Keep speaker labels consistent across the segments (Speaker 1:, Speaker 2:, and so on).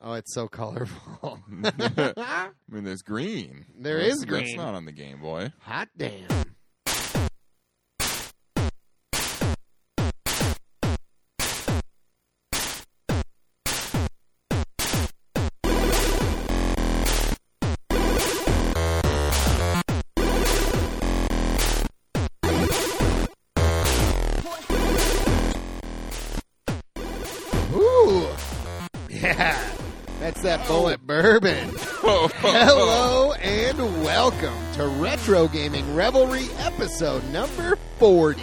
Speaker 1: Oh, it's so colorful.
Speaker 2: I mean, there's green.
Speaker 1: There
Speaker 2: that's,
Speaker 1: is
Speaker 2: That's
Speaker 1: green.
Speaker 2: not on the Game Boy.
Speaker 1: Hot damn. Ooh, yeah, That's that bullet bourbon. Hello and welcome to Retro Gaming Revelry episode number 40.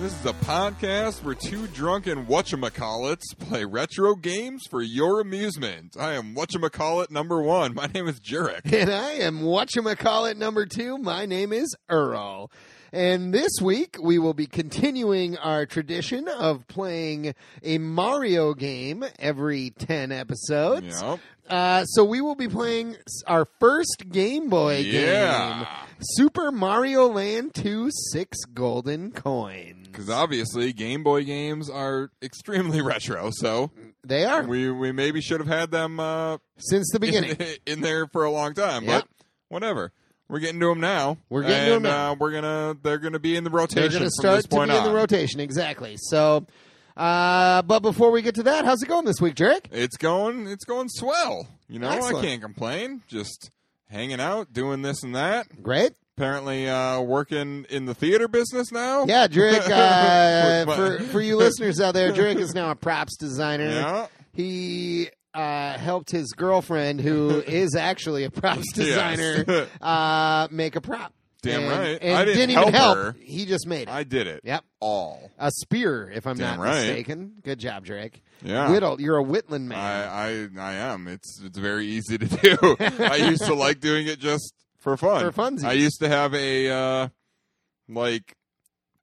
Speaker 2: This is a podcast where two drunken whatchamacallits play retro games for your amusement. I am whatchamacallit number one. My name is Jurek.
Speaker 1: And I am whatchamacallit number two. My name is Earl. And this week we will be continuing our tradition of playing a Mario game every 10 episodes.
Speaker 2: Yep.
Speaker 1: Uh, so we will be playing s- our first Game Boy game
Speaker 2: Yeah.
Speaker 1: Super Mario Land 2 6 Golden Coins.
Speaker 2: Because obviously, Game Boy games are extremely retro, so
Speaker 1: They are
Speaker 2: we, we maybe should have had them uh,
Speaker 1: since the beginning.
Speaker 2: in, in there for a long time,
Speaker 1: Yep.
Speaker 2: but whatever. We're getting to them now.
Speaker 1: We're getting to 'em
Speaker 2: and,
Speaker 1: now.
Speaker 2: Uh, we're gonna they're gonna be in the
Speaker 1: They're
Speaker 2: rotation
Speaker 1: going to
Speaker 2: from
Speaker 1: start
Speaker 2: this
Speaker 1: to
Speaker 2: point
Speaker 1: be in
Speaker 2: on.
Speaker 1: the rotation, exactly. So, uh, but before we get to that, how's it going this week, Jarek?
Speaker 2: it's going it's going swell. You know, I
Speaker 1: Excellent.
Speaker 2: can't complain. Just hanging out, doing this and that.
Speaker 1: Great.
Speaker 2: Apparently, uh, working in the theater business now.
Speaker 1: Yeah, Jarek. Uh,
Speaker 2: What-
Speaker 1: for for you listeners out there, Jarek is now a props designer.
Speaker 2: Yeah.
Speaker 1: He uh, helped his girlfriend, who is actually a props designer,
Speaker 2: Yes.
Speaker 1: uh, make a prop.
Speaker 2: Damn
Speaker 1: And-
Speaker 2: right.
Speaker 1: And
Speaker 2: I didn't
Speaker 1: even
Speaker 2: help her.
Speaker 1: He just made it.
Speaker 2: I did it.
Speaker 1: Yep.
Speaker 2: All.
Speaker 1: A spear, if I'm
Speaker 2: Damn
Speaker 1: not
Speaker 2: right.
Speaker 1: mistaken. Good job, Jarek.
Speaker 2: Yeah.
Speaker 1: Whittle, you're a Whitland man.
Speaker 2: I, I I am. It's it's very easy to do. I used to like doing it just for fun.
Speaker 1: For funsies.
Speaker 2: I used to have a uh, like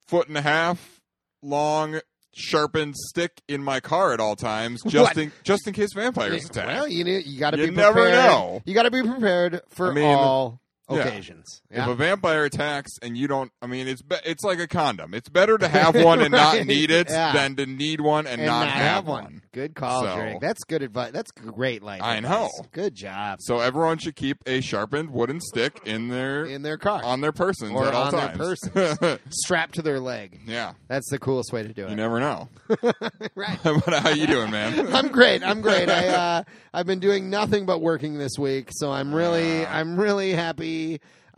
Speaker 2: foot and a half long sharpened stick in my car at all times, just
Speaker 1: What?
Speaker 2: in just in case vampires attack.
Speaker 1: Well, you knew, you got to
Speaker 2: You
Speaker 1: be prepared.
Speaker 2: never know.
Speaker 1: You got to be prepared for
Speaker 2: I mean,
Speaker 1: all
Speaker 2: yeah.
Speaker 1: occasions.
Speaker 2: If
Speaker 1: Yeah.
Speaker 2: a vampire attacks and you don't, I mean, it's be- it's like a condom. It's better to have one and
Speaker 1: Right.
Speaker 2: not need it
Speaker 1: Yeah.
Speaker 2: than to need one and,
Speaker 1: And
Speaker 2: not, have
Speaker 1: one.
Speaker 2: one.
Speaker 1: Good call,
Speaker 2: So-
Speaker 1: Drake. That's good advice. That's great life.
Speaker 2: I
Speaker 1: advice.
Speaker 2: know.
Speaker 1: Good job.
Speaker 2: So everyone should keep a sharpened wooden stick in their
Speaker 1: In their car,
Speaker 2: on their persons
Speaker 1: Or
Speaker 2: at all
Speaker 1: on their
Speaker 2: times.
Speaker 1: strapped to their leg.
Speaker 2: yeah.
Speaker 1: That's the coolest way to do it.
Speaker 2: You never know.
Speaker 1: right.
Speaker 2: but how you doing, man?
Speaker 1: I'm great. I'm great. I uh, I've been doing nothing but working this week, so I'm really
Speaker 2: Ah.
Speaker 1: I'm really happy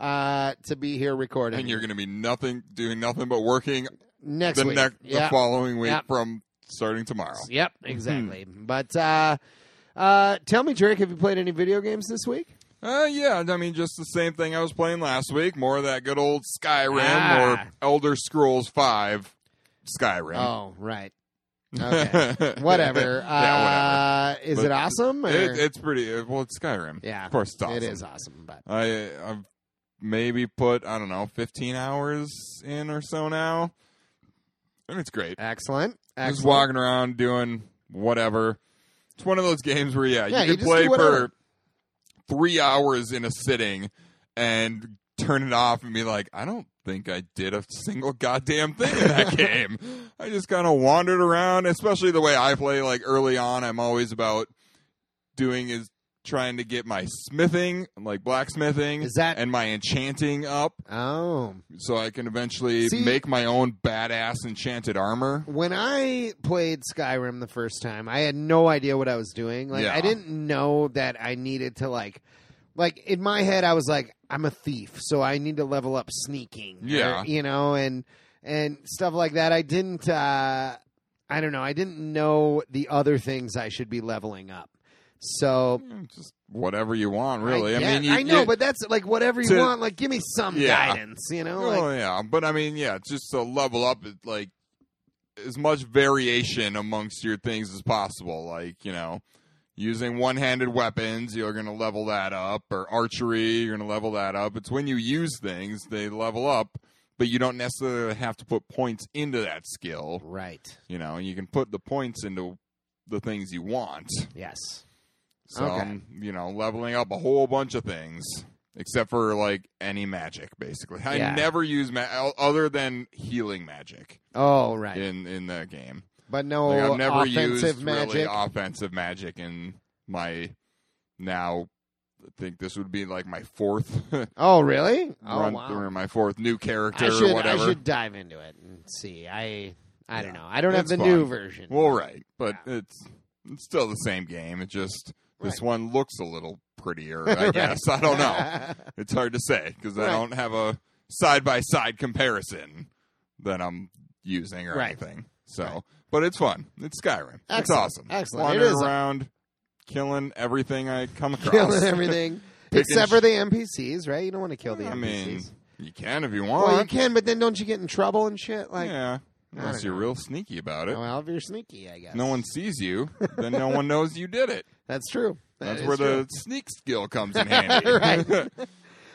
Speaker 1: uh, to be here recording.
Speaker 2: and you're going to be nothing, doing nothing but working
Speaker 1: next
Speaker 2: the
Speaker 1: week.
Speaker 2: next,
Speaker 1: Yeah.
Speaker 2: the following week
Speaker 1: Yeah.
Speaker 2: from starting tomorrow.
Speaker 1: Yep, exactly. But uh, uh, tell me, Drake, have you played any video games this week?
Speaker 2: Uh, yeah, I mean, just the same thing I was playing last week. More of that good old Skyrim
Speaker 1: Ah.
Speaker 2: or Elder Scrolls Five Skyrim.
Speaker 1: Oh, right. Okay. whatever. Uh,
Speaker 2: yeah,
Speaker 1: is
Speaker 2: But
Speaker 1: it awesome? Or?
Speaker 2: whatever. It, it's pretty. Well, it's Skyrim.
Speaker 1: yeah,
Speaker 2: of course, it's awesome.
Speaker 1: It is awesome, but
Speaker 2: I I've maybe put I don't know 15 hours in or so now, and it's great.
Speaker 1: excellent. excellent.
Speaker 2: Just walking around doing whatever. It's one of those games where yeah,
Speaker 1: Yeah, you
Speaker 2: you
Speaker 1: just
Speaker 2: can
Speaker 1: do
Speaker 2: play
Speaker 1: whatever.
Speaker 2: for three hours in a sitting and turn it off and be like, I don't think I did a single goddamn thing in that game. I just kind of wandered around, especially the way I play. Like early on, I'm always about doing is trying to get my smithing, like blacksmithing,
Speaker 1: Is that-
Speaker 2: and my enchanting up
Speaker 1: Oh,
Speaker 2: so I can eventually
Speaker 1: See-
Speaker 2: make my own badass enchanted armor.
Speaker 1: when I played Skyrim the first time, I had no idea what I was doing. Like,
Speaker 2: Yeah.
Speaker 1: I didn't know that I needed to like, like in my head, I was like, I'm a thief, so I need to level up sneaking. or,
Speaker 2: Yeah.
Speaker 1: you know, and and stuff like that. I didn't. uh I don't know. I didn't know the other things I should be leveling up. So
Speaker 2: Mm, Just whatever you want, really. I,
Speaker 1: guess-
Speaker 2: mean, you,
Speaker 1: I know,
Speaker 2: you-
Speaker 1: but that's like whatever you
Speaker 2: to-
Speaker 1: want. Like, give me some
Speaker 2: Yeah.
Speaker 1: guidance. You know,
Speaker 2: oh
Speaker 1: like,
Speaker 2: yeah, but I mean, yeah, just to level up, it, like as much variation amongst your things as possible. Like you know, using one-handed weapons, you're going to level that up, or archery, you're going to level that up. It's when you use things they level up, but you don't necessarily have to put points into that skill.
Speaker 1: right?
Speaker 2: You know, you can put the points into the things you want.
Speaker 1: Yes.
Speaker 2: So
Speaker 1: Okay.
Speaker 2: I'm, you know, leveling up a whole bunch of things, except for like any magic, basically. I
Speaker 1: Yeah.
Speaker 2: never use ma- o- other than healing magic
Speaker 1: Oh, right.
Speaker 2: in in the game.
Speaker 1: But no
Speaker 2: Like, I've never
Speaker 1: Oh, offensive
Speaker 2: used
Speaker 1: magic.
Speaker 2: really offensive magic in my now I think this would be like my fourth
Speaker 1: Oh, really? Oh,
Speaker 2: run
Speaker 1: wow.
Speaker 2: through or my fourth new character
Speaker 1: I should,
Speaker 2: or whatever.
Speaker 1: I should dive into it and see. I I don't
Speaker 2: Yeah.
Speaker 1: know. I don't have
Speaker 2: It's
Speaker 1: the
Speaker 2: fun.
Speaker 1: new version.
Speaker 2: Well, right, but it's it's still the same game. It just this
Speaker 1: Right.
Speaker 2: one looks a little prettier. I
Speaker 1: Right.
Speaker 2: guess I don't know. It's hard to say because I
Speaker 1: Right.
Speaker 2: don't have a side by side comparison that I'm using or
Speaker 1: Right.
Speaker 2: anything. So,
Speaker 1: Right.
Speaker 2: but it's fun. It's Skyrim. It's
Speaker 1: Excellent.
Speaker 2: awesome.
Speaker 1: Excellent. It
Speaker 2: Wandering
Speaker 1: is-
Speaker 2: around, killing everything I come across.
Speaker 1: Killing everything
Speaker 2: Picking
Speaker 1: except for the NPCs, right? You don't want to kill the
Speaker 2: I
Speaker 1: NPCs.
Speaker 2: mean, you can if you want.
Speaker 1: well, you can, but then don't you get in trouble and shit? Like,
Speaker 2: yeah, unless
Speaker 1: don't
Speaker 2: you're
Speaker 1: know. Oh,
Speaker 2: real sneaky about it.
Speaker 1: well, if you're sneaky, I guess
Speaker 2: No one sees you, then no one knows you did it.
Speaker 1: That's true. That
Speaker 2: That's
Speaker 1: is
Speaker 2: where
Speaker 1: true.
Speaker 2: the sneak skill comes in handy.
Speaker 1: Right.
Speaker 2: or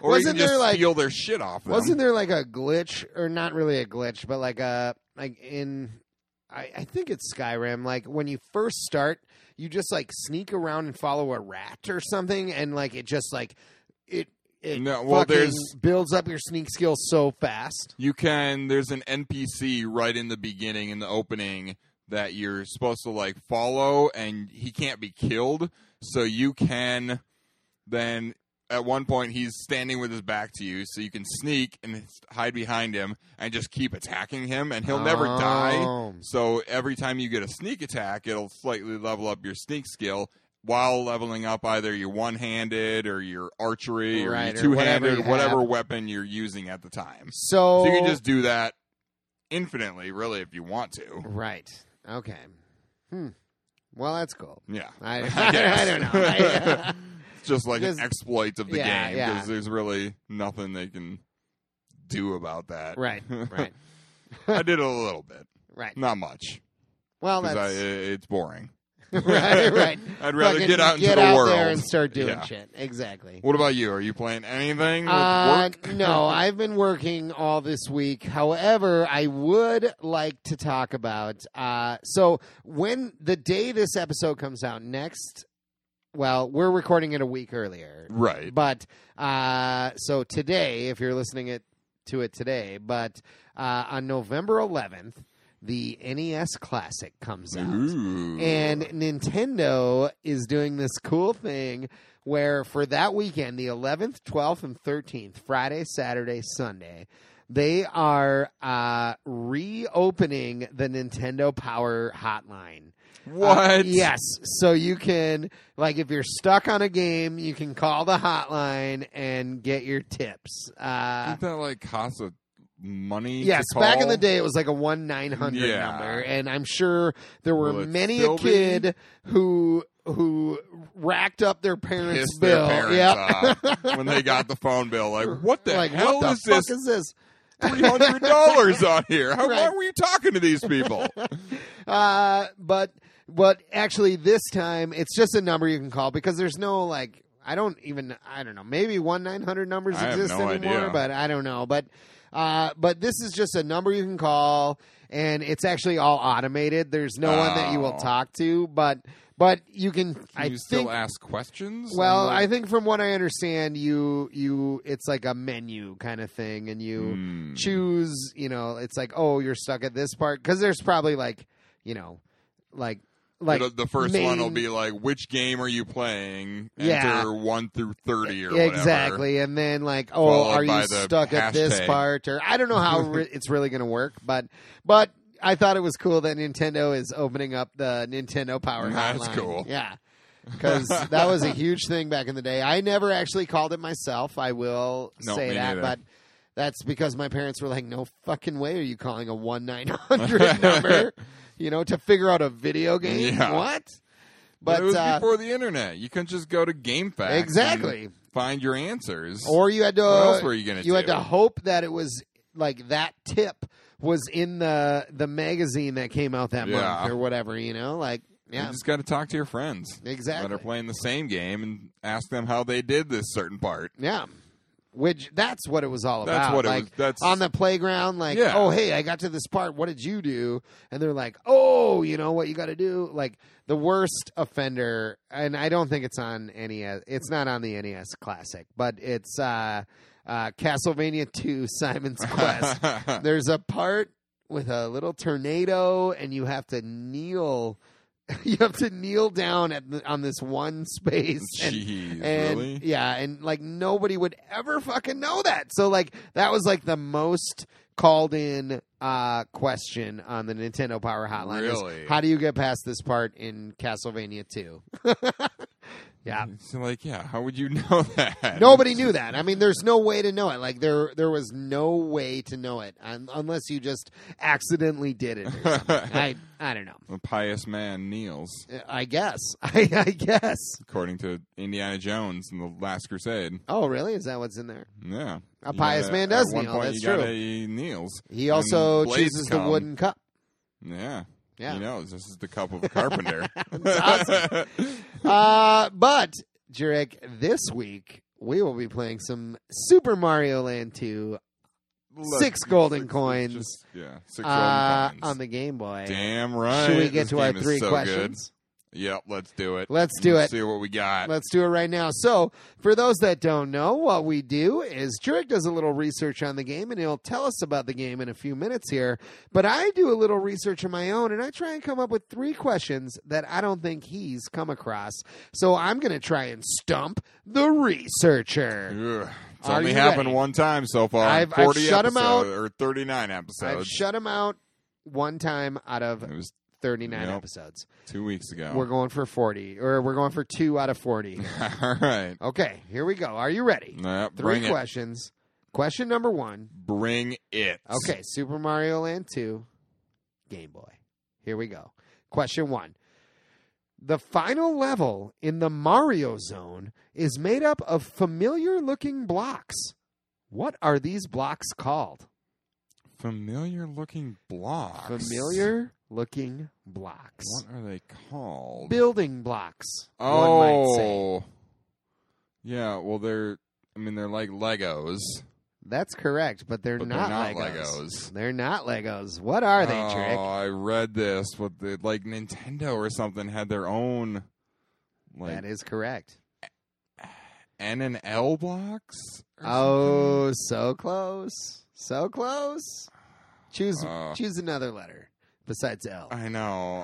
Speaker 1: Wasn't
Speaker 2: you can
Speaker 1: there,
Speaker 2: just
Speaker 1: like-
Speaker 2: steal their shit off them.
Speaker 1: Wasn't there like a glitch, or not really a glitch, but like a like in I, I think it's Skyrim. Like when you first start, you just like sneak around and follow a rat or something, and like it just like it it
Speaker 2: No, well,
Speaker 1: fucking
Speaker 2: there's-
Speaker 1: builds up your sneak skill so fast.
Speaker 2: You can. There's an NPC right in the beginning, in the opening, that you're supposed to like follow, and he can't be killed. So you can then at one point he's standing with his back to you, so you can sneak and hide behind him and just keep attacking him, and he'll never die.
Speaker 1: Oh.
Speaker 2: So every time you get a sneak attack, it'll slightly level up your sneak skill while leveling up either your one-handed or your archery or
Speaker 1: Right,
Speaker 2: your
Speaker 1: or
Speaker 2: two-handed,
Speaker 1: whatever you
Speaker 2: whatever,
Speaker 1: have.
Speaker 2: weapon you're using at the time.
Speaker 1: So,
Speaker 2: So you can just do that infinitely, really, if you want to.
Speaker 1: right. Okay. Hmm. Well, that's cool.
Speaker 2: Yeah.
Speaker 1: I,
Speaker 2: guess.
Speaker 1: I don't know. I-
Speaker 2: It's just like
Speaker 1: Just-
Speaker 2: an exploit of the
Speaker 1: Yeah,
Speaker 2: game
Speaker 1: yeah.
Speaker 2: because there's really nothing they can do about that.
Speaker 1: right. Right.
Speaker 2: I did it a little bit,
Speaker 1: Right.
Speaker 2: not much,
Speaker 1: Well,
Speaker 2: because
Speaker 1: that's
Speaker 2: it's boring.
Speaker 1: right. Right.
Speaker 2: I'd rather
Speaker 1: Fucking
Speaker 2: get out into the
Speaker 1: out
Speaker 2: world.
Speaker 1: there and start doing
Speaker 2: Yeah.
Speaker 1: shit. Exactly.
Speaker 2: What about you? Are you playing anything with
Speaker 1: Uh,
Speaker 2: work?
Speaker 1: no, I've been working all this week. However, I would like to talk about. Uh, so when the day this episode comes out next, well, we're recording it a week earlier,
Speaker 2: Right.
Speaker 1: but uh, so today, if you're listening it to it today, but uh, on November 11th, the NES Classic comes out.
Speaker 2: Ooh.
Speaker 1: And uh, Nintendo is doing this cool thing where for that weekend, the 11th, 12th, and 13th, Friday, Saturday, Sunday, they are uh, reopening the Nintendo Power Hotline.
Speaker 2: what?
Speaker 1: Uh, yes. So you can, like, if you're stuck on a game, you can call the hotline and get your tips. Uh,
Speaker 2: Isn't that like cost of money?
Speaker 1: yes,
Speaker 2: to
Speaker 1: back in
Speaker 2: call?
Speaker 1: the day, it was like a one nine hundred
Speaker 2: Yeah.
Speaker 1: number, and I'm sure there were
Speaker 2: Will it
Speaker 1: many
Speaker 2: still
Speaker 1: a
Speaker 2: be?
Speaker 1: kid who who racked up their parents'
Speaker 2: pissed
Speaker 1: bill.
Speaker 2: their
Speaker 1: Yep.
Speaker 2: parents off when they got the phone bill. Like, what the
Speaker 1: like
Speaker 2: hell
Speaker 1: what the
Speaker 2: is
Speaker 1: fuck
Speaker 2: this?
Speaker 1: is this?
Speaker 2: Three hundred dollars on here. How, Why
Speaker 1: Right.
Speaker 2: were you talking to these people?
Speaker 1: Uh, but but actually, this time it's just a number you can call because there's no like I don't even I don't know maybe one nine hundred numbers
Speaker 2: I have
Speaker 1: exist
Speaker 2: no
Speaker 1: anymore,
Speaker 2: idea.
Speaker 1: but I don't know. But uh, but this is just a number you can call, and it's actually all automated. There's no one that you will
Speaker 2: Oh.
Speaker 1: talk to, but but you can.
Speaker 2: Can
Speaker 1: I
Speaker 2: you
Speaker 1: think.
Speaker 2: still ask questions? uh,
Speaker 1: well,
Speaker 2: I'm
Speaker 1: I
Speaker 2: like,
Speaker 1: think from what I understand, you you it's like a menu kind of thing, and you
Speaker 2: hmm.
Speaker 1: choose, you know, it's like, oh, you're stuck at this part because there's probably like, you know, like like
Speaker 2: It'll- the first
Speaker 1: main-
Speaker 2: one will be like, which game are you playing?
Speaker 1: Yeah.
Speaker 2: Enter one through thirty or whatever.
Speaker 1: exactly, and then like, oh,
Speaker 2: Followed
Speaker 1: are
Speaker 2: by
Speaker 1: you
Speaker 2: the
Speaker 1: stuck at this
Speaker 2: hashtag.
Speaker 1: part? Or I don't know how re- it's really going to work, but but I thought it was cool that Nintendo is opening up the Nintendo Power
Speaker 2: That's
Speaker 1: Hotline.
Speaker 2: cool.
Speaker 1: yeah. Because that was a huge thing back in the day. I never actually called it myself. I will
Speaker 2: No,
Speaker 1: say
Speaker 2: me
Speaker 1: that,
Speaker 2: neither.
Speaker 1: but that's because my parents were like, "No fucking way are you calling a one nine hundred number, you know, to figure out a video game?
Speaker 2: Yeah.
Speaker 1: What?"
Speaker 2: But,
Speaker 1: But
Speaker 2: it was
Speaker 1: uh,
Speaker 2: before the internet. You couldn't just go to GameFAQs. and
Speaker 1: exactly,
Speaker 2: Find your answers.
Speaker 1: or you had to
Speaker 2: what else were you going to do?
Speaker 1: you had to hope that it was like that tip was in the the magazine that came out that
Speaker 2: Yeah.
Speaker 1: month or whatever, you know, like
Speaker 2: You
Speaker 1: yeah,
Speaker 2: just got to talk to your friends that
Speaker 1: exactly,
Speaker 2: are playing the same game and ask them how they did this certain part.
Speaker 1: yeah. Which that's what it was all
Speaker 2: That's
Speaker 1: about.
Speaker 2: what it
Speaker 1: like,
Speaker 2: was. That's
Speaker 1: on the playground, like,
Speaker 2: Yeah.
Speaker 1: oh hey, I got to this part. What did you do? And they're like, oh, you know what you got to do. Like the worst offender, and I don't think it's on NES. It's not on the NES Classic, but it's uh, uh, Castlevania Two: Simon's Quest. There's a part with a little tornado, and you have to kneel you have to kneel down at the, on this one space. and-
Speaker 2: Jeez,
Speaker 1: and
Speaker 2: really?
Speaker 1: yeah, and like nobody would ever fucking know that. So like that was like the most called in uh question on the Nintendo Power Hotline. is,
Speaker 2: Really?
Speaker 1: how do you get past this part in Castlevania 2? yeah.
Speaker 2: So like, yeah, how would you know that?
Speaker 1: Nobody knew that. I mean, there's no way to know it. Like there, there was no way to know it un- unless you just accidentally did it. or something. I, I don't know.
Speaker 2: A pious man kneels,
Speaker 1: I guess. I, I guess.
Speaker 2: according to Indiana Jones in the Last Crusade.
Speaker 1: Oh, really? Is that what's in there?
Speaker 2: Yeah,
Speaker 1: A
Speaker 2: You
Speaker 1: pious
Speaker 2: gotta-
Speaker 1: man does
Speaker 2: at one
Speaker 1: kneel,
Speaker 2: Point,
Speaker 1: that's
Speaker 2: you gotta-
Speaker 1: true.
Speaker 2: he kneels.
Speaker 1: He
Speaker 2: And
Speaker 1: also
Speaker 2: blades
Speaker 1: chooses the
Speaker 2: come.
Speaker 1: wooden cup.
Speaker 2: Yeah,
Speaker 1: Yeah.
Speaker 2: He knows this is the cup of a carpenter.
Speaker 1: awesome. Uh, but Jurek, this week we will be playing some Super Mario Land 2
Speaker 2: Look,
Speaker 1: Six golden
Speaker 2: six-
Speaker 1: coins,
Speaker 2: just- yeah, six
Speaker 1: uh,
Speaker 2: golden coins.
Speaker 1: on the Game Boy.
Speaker 2: Damn right.
Speaker 1: Should we get
Speaker 2: This
Speaker 1: to our
Speaker 2: game is
Speaker 1: three
Speaker 2: so
Speaker 1: questions?
Speaker 2: Good. Yep, let's do it.
Speaker 1: Let's do it.
Speaker 2: See what we got.
Speaker 1: Let's do it right now. So, for those that don't know, what we do is Jurek does a little research on the game and he'll tell us about the game in a few minutes here. But I do a little research of my own and I try and come up with three questions that I don't think he's come across. So, I'm going to try and stump the researcher.
Speaker 2: Ugh, It's
Speaker 1: Are
Speaker 2: only
Speaker 1: you
Speaker 2: happened
Speaker 1: ready?
Speaker 2: one time so far.
Speaker 1: I've- I've
Speaker 2: 40
Speaker 1: shut 'em
Speaker 2: episodes, or 39
Speaker 1: I've
Speaker 2: episodes.
Speaker 1: shut him out one time out of
Speaker 2: it was
Speaker 1: 39
Speaker 2: Yep.
Speaker 1: episodes.
Speaker 2: two weeks ago.
Speaker 1: We're going for 40, or we're going for two out of 40.
Speaker 2: All right.
Speaker 1: okay, here we go. Are you ready?
Speaker 2: Yep,
Speaker 1: Three
Speaker 2: Mm, bring it.
Speaker 1: questions. Question number one.
Speaker 2: Bring it.
Speaker 1: Okay, Super Mario Land 2, Game Boy. Here we go. Question one. The final level in the Mario Zone is made up of familiar looking blocks. What are these blocks called?
Speaker 2: Familiar looking blocks.
Speaker 1: Familiar looking blocks.
Speaker 2: What are they called?
Speaker 1: Building blocks.
Speaker 2: oh.
Speaker 1: One might say.
Speaker 2: Yeah, well, they're, I mean, they're like Legos.
Speaker 1: That's correct, but they're,
Speaker 2: But they're
Speaker 1: not,
Speaker 2: not
Speaker 1: Legos.
Speaker 2: Legos.
Speaker 1: They're not Legos. What are they,
Speaker 2: oh,
Speaker 1: Trick?
Speaker 2: I read this, but they, like Nintendo or something had their own like
Speaker 1: that is correct.
Speaker 2: N and L blocks. or something?
Speaker 1: Oh, so close. So close. Choose
Speaker 2: Uh.
Speaker 1: choose another letter besides L.
Speaker 2: I know.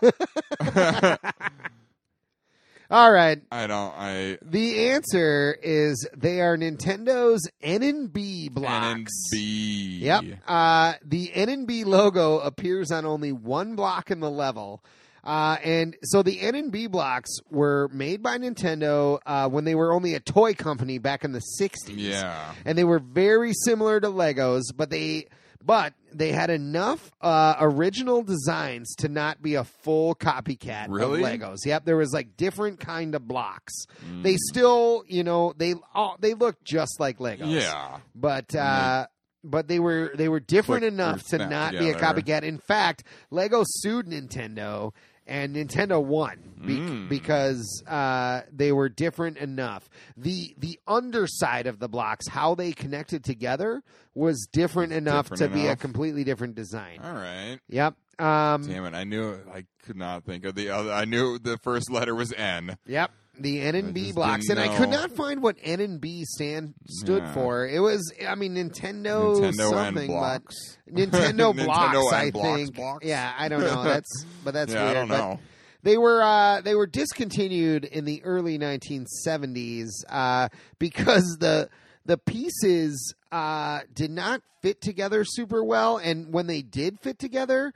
Speaker 1: All right.
Speaker 2: I don't. I
Speaker 1: The answer is they are Nintendo's N and B blocks.
Speaker 2: N and B.
Speaker 1: Yep. Uh, the N and B logo appears on only one block in the level. Uh, and so the N and B blocks were made by Nintendo uh, when they were only a toy company back in the 60s.
Speaker 2: Yeah.
Speaker 1: And they were very similar to Legos, but they but they had enough uh, original designs to not be a full copycat
Speaker 2: Really?
Speaker 1: of Legos. Yep, there was like different kind of blocks. They
Speaker 2: Mm.
Speaker 1: still, you know, they all they look just like Legos
Speaker 2: Yeah.
Speaker 1: but uh, but they were they were different
Speaker 2: Click
Speaker 1: enough
Speaker 2: or
Speaker 1: to
Speaker 2: snap
Speaker 1: not be a
Speaker 2: together.
Speaker 1: copycat. In fact, Lego sued Nintendo, and Nintendo won be-
Speaker 2: Mm.
Speaker 1: because uh, they were different enough. the The underside of the blocks, how they connected together, was different enough
Speaker 2: Different
Speaker 1: to be a
Speaker 2: enough.
Speaker 1: completely different design.
Speaker 2: All right.
Speaker 1: Yep. Um,
Speaker 2: Damn it! I knew. it. I could not think of the other. I knew the first letter was N.
Speaker 1: Yep. The N
Speaker 2: I
Speaker 1: and B
Speaker 2: just
Speaker 1: blocks, and
Speaker 2: didn't
Speaker 1: I could
Speaker 2: know.
Speaker 1: not find what N and B stand stood
Speaker 2: Yeah.
Speaker 1: for. It was, I mean, Nintendo,
Speaker 2: Nintendo
Speaker 1: Oh, something, but
Speaker 2: and blocks.
Speaker 1: Nintendo
Speaker 2: Nintendo
Speaker 1: blocks,
Speaker 2: and
Speaker 1: I
Speaker 2: blocks,
Speaker 1: think.
Speaker 2: blocks?
Speaker 1: Yeah, I don't know. That's but that's
Speaker 2: yeah,
Speaker 1: weird.
Speaker 2: I don't
Speaker 1: but
Speaker 2: know.
Speaker 1: They were uh, they were discontinued in the early 1970s uh, because the the pieces uh, did not fit together super well, and when they did fit together,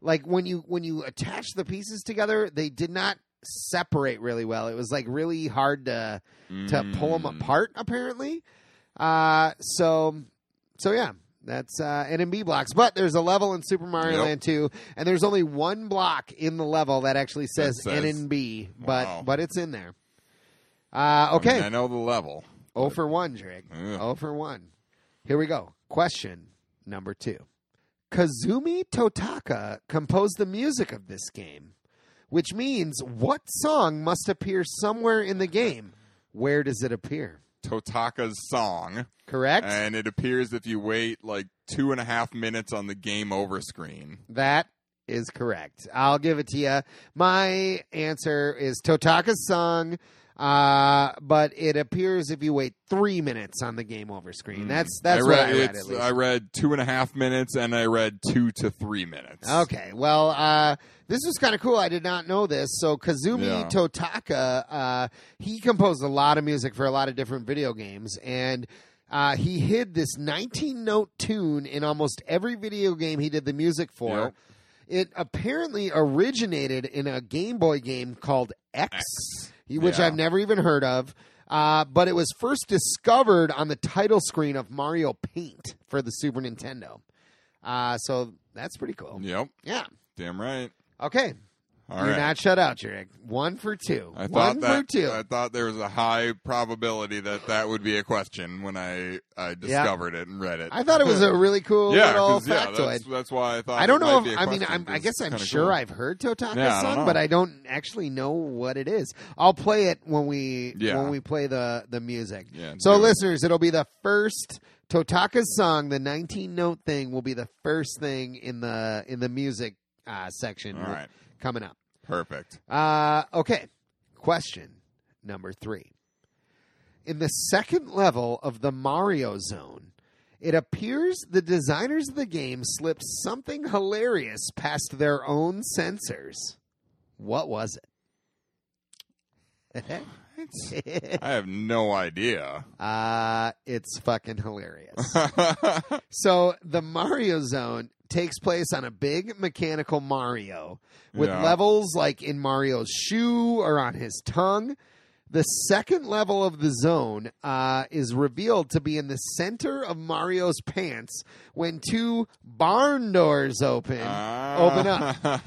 Speaker 1: like when you when you attach the pieces together, they did not separate really well. It was like really hard to to pull 'em pull them
Speaker 2: Mm.
Speaker 1: apart apparently uh so so yeah that's uh N and B blocks but there's a level in super mario
Speaker 2: Yep.
Speaker 1: land 2 and there's only one block in the level that actually says,
Speaker 2: says-
Speaker 1: N and B, but
Speaker 2: Wow.
Speaker 1: but it's in there uh
Speaker 2: I mean,
Speaker 1: okay
Speaker 2: I know the level.
Speaker 1: oh for one drake
Speaker 2: Ugh.
Speaker 1: oh for one here we go question number two kazumi totaka composed the music of this game which means what song must appear somewhere in the game where does it appear
Speaker 2: Totaka's song.
Speaker 1: Correct.
Speaker 2: and it appears if you wait like two and a half minutes on the game over screen.
Speaker 1: that is correct. I'll give it to you. My answer is Totaka's song. Uh, but it appears if you wait three minutes on the game over screen.
Speaker 2: Mm.
Speaker 1: That's that's
Speaker 2: I
Speaker 1: what
Speaker 2: read,
Speaker 1: I read
Speaker 2: it's-
Speaker 1: at least.
Speaker 2: I read two and a half minutes, and I read two to three minutes.
Speaker 1: Okay. Well, uh, this was kind of cool. I did not know this. So Kazumi
Speaker 2: Yeah.
Speaker 1: Totaka, uh, he composed a lot of music for a lot of different video games, and uh, he hid this 19 note tune in almost every video game he did the music for.
Speaker 2: Yep.
Speaker 1: It apparently originated in a Game Boy game called
Speaker 2: X.
Speaker 1: which
Speaker 2: Yeah.
Speaker 1: I've never even heard of. Uh, but it was first discovered on the title screen of Mario Paint for the Super Nintendo. Uh, so that's pretty cool.
Speaker 2: Yep.
Speaker 1: Yeah.
Speaker 2: Damn right.
Speaker 1: Okay.
Speaker 2: All
Speaker 1: You're
Speaker 2: right.
Speaker 1: not shut out, Jurek. One for two.
Speaker 2: I thought
Speaker 1: One
Speaker 2: that
Speaker 1: for two.
Speaker 2: I thought there was a high probability that that would be a question when I I discovered it and read it.
Speaker 1: I thought it was a really cool
Speaker 2: yeah,
Speaker 1: little
Speaker 2: 'cause, yeah,
Speaker 1: factoid.
Speaker 2: that's, that's why I thought.
Speaker 1: I don't
Speaker 2: it
Speaker 1: know.
Speaker 2: might be
Speaker 1: If,
Speaker 2: a
Speaker 1: I mean,
Speaker 2: question,
Speaker 1: I'm, I
Speaker 2: 'cause
Speaker 1: guess
Speaker 2: it's
Speaker 1: I'm
Speaker 2: kinda
Speaker 1: sure
Speaker 2: cool.
Speaker 1: I've heard Totaka
Speaker 2: Yeah, I don't
Speaker 1: song,
Speaker 2: know.
Speaker 1: but I don't actually know what it is. I'll play it when we
Speaker 2: Yeah.
Speaker 1: when we play the the music.
Speaker 2: Yeah,
Speaker 1: so,
Speaker 2: do it.
Speaker 1: listeners, it'll be the first Totaka song. The 19 note thing will be the first thing in the in the music uh, section
Speaker 2: All right.
Speaker 1: coming up.
Speaker 2: Perfect.
Speaker 1: Uh, okay. Question number three. In the second level of the Mario Zone, it appears the designers of the game slipped something hilarious past their own censors. What was it?
Speaker 2: It's- I have no idea.
Speaker 1: uh, it's fucking hilarious.
Speaker 2: yeah.
Speaker 1: So the Mario Zone takes place on a big mechanical Mario with
Speaker 2: Yeah.
Speaker 1: levels like in Mario's shoe or on his tongue. The second level of the zone uh, is revealed to be in the center of Mario's pants when two barn doors open.
Speaker 2: Ah.
Speaker 1: Open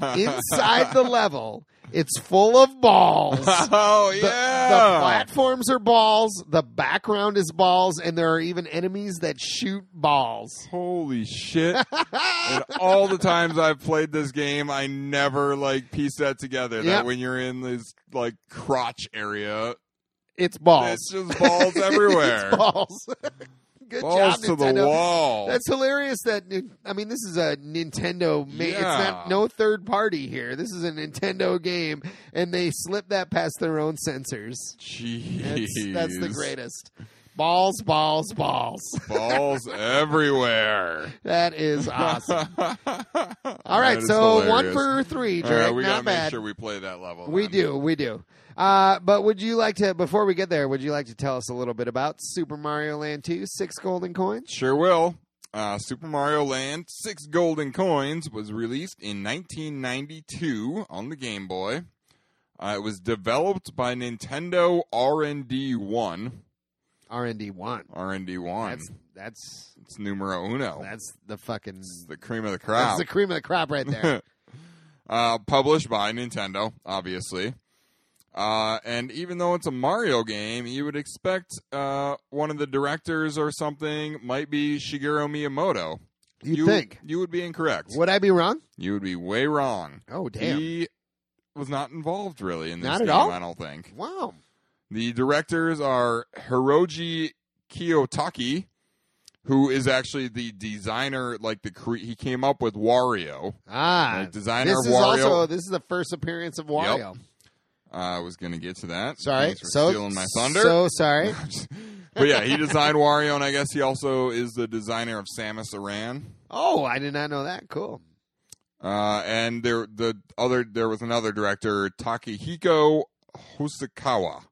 Speaker 2: up
Speaker 1: Inside the level, it's full of balls.
Speaker 2: Oh
Speaker 1: The,
Speaker 2: yeah.
Speaker 1: the platforms are balls, the background is balls, and there are even enemies that shoot balls.
Speaker 2: Holy shit. and all the times I've played this game, I never like pieced that together.
Speaker 1: Yep.
Speaker 2: That when you're in this like crotch area,
Speaker 1: It's balls.
Speaker 2: it's just balls everywhere.
Speaker 1: It's balls. Good
Speaker 2: Balls
Speaker 1: job,
Speaker 2: to
Speaker 1: Nintendo.
Speaker 2: the wall.
Speaker 1: That's hilarious. That I mean, this is a Nintendo. Ma- It's
Speaker 2: Yeah.
Speaker 1: not no third party here. This is a Nintendo game, and they slipped that past their own censors.
Speaker 2: Jeez.
Speaker 1: That's, that's the greatest. Balls, balls, balls.
Speaker 2: Balls everywhere.
Speaker 1: That is awesome. All
Speaker 2: All
Speaker 1: right, so one for three,
Speaker 2: All right,
Speaker 1: Drake.
Speaker 2: we
Speaker 1: not
Speaker 2: gotta
Speaker 1: bad.
Speaker 2: make sure we play that level.
Speaker 1: we
Speaker 2: then.
Speaker 1: do, we do. Uh, but would you like to? Before we get there, would you like to tell us a little bit about Super Mario Land Two? Six golden coins.
Speaker 2: Sure will. Uh, Super Mario Land Six Golden Coins was released in 1992 on the Game Boy. Uh, it was developed by Nintendo R&D One.
Speaker 1: R and D one.
Speaker 2: R&D One.
Speaker 1: That's that's
Speaker 2: it's numero uno.
Speaker 1: that's the fucking
Speaker 2: It's the cream of the
Speaker 1: that's
Speaker 2: crop.
Speaker 1: the cream of the crop right there.
Speaker 2: uh, published by Nintendo, obviously. Uh, and even though it's a Mario game, you would expect uh, one of the directors or something might be Shigeru Miyamoto.
Speaker 1: You,
Speaker 2: you
Speaker 1: think?
Speaker 2: you would be incorrect?
Speaker 1: Would I be wrong?
Speaker 2: You would be way wrong.
Speaker 1: Oh damn!
Speaker 2: He was not involved really in this
Speaker 1: Not at
Speaker 2: game.
Speaker 1: all?
Speaker 2: I don't think.
Speaker 1: wow.
Speaker 2: The directors are Hiroji Kiyotaki, who is actually the designer. Like the cre- he came up with Wario.
Speaker 1: Ah,
Speaker 2: Like, designer
Speaker 1: this
Speaker 2: of
Speaker 1: is
Speaker 2: Wario.
Speaker 1: also this is the first appearance of Wario.
Speaker 2: I was gonna get to that.
Speaker 1: Sorry,
Speaker 2: Thanks for
Speaker 1: so
Speaker 2: stealing my thunder.
Speaker 1: So sorry.
Speaker 2: but yeah, he designed Wario, and I guess he also is the designer of Samus Aran.
Speaker 1: Oh, I did not know that. Cool.
Speaker 2: Uh, and there, the other, there was another director, Takehiko Hosokawa.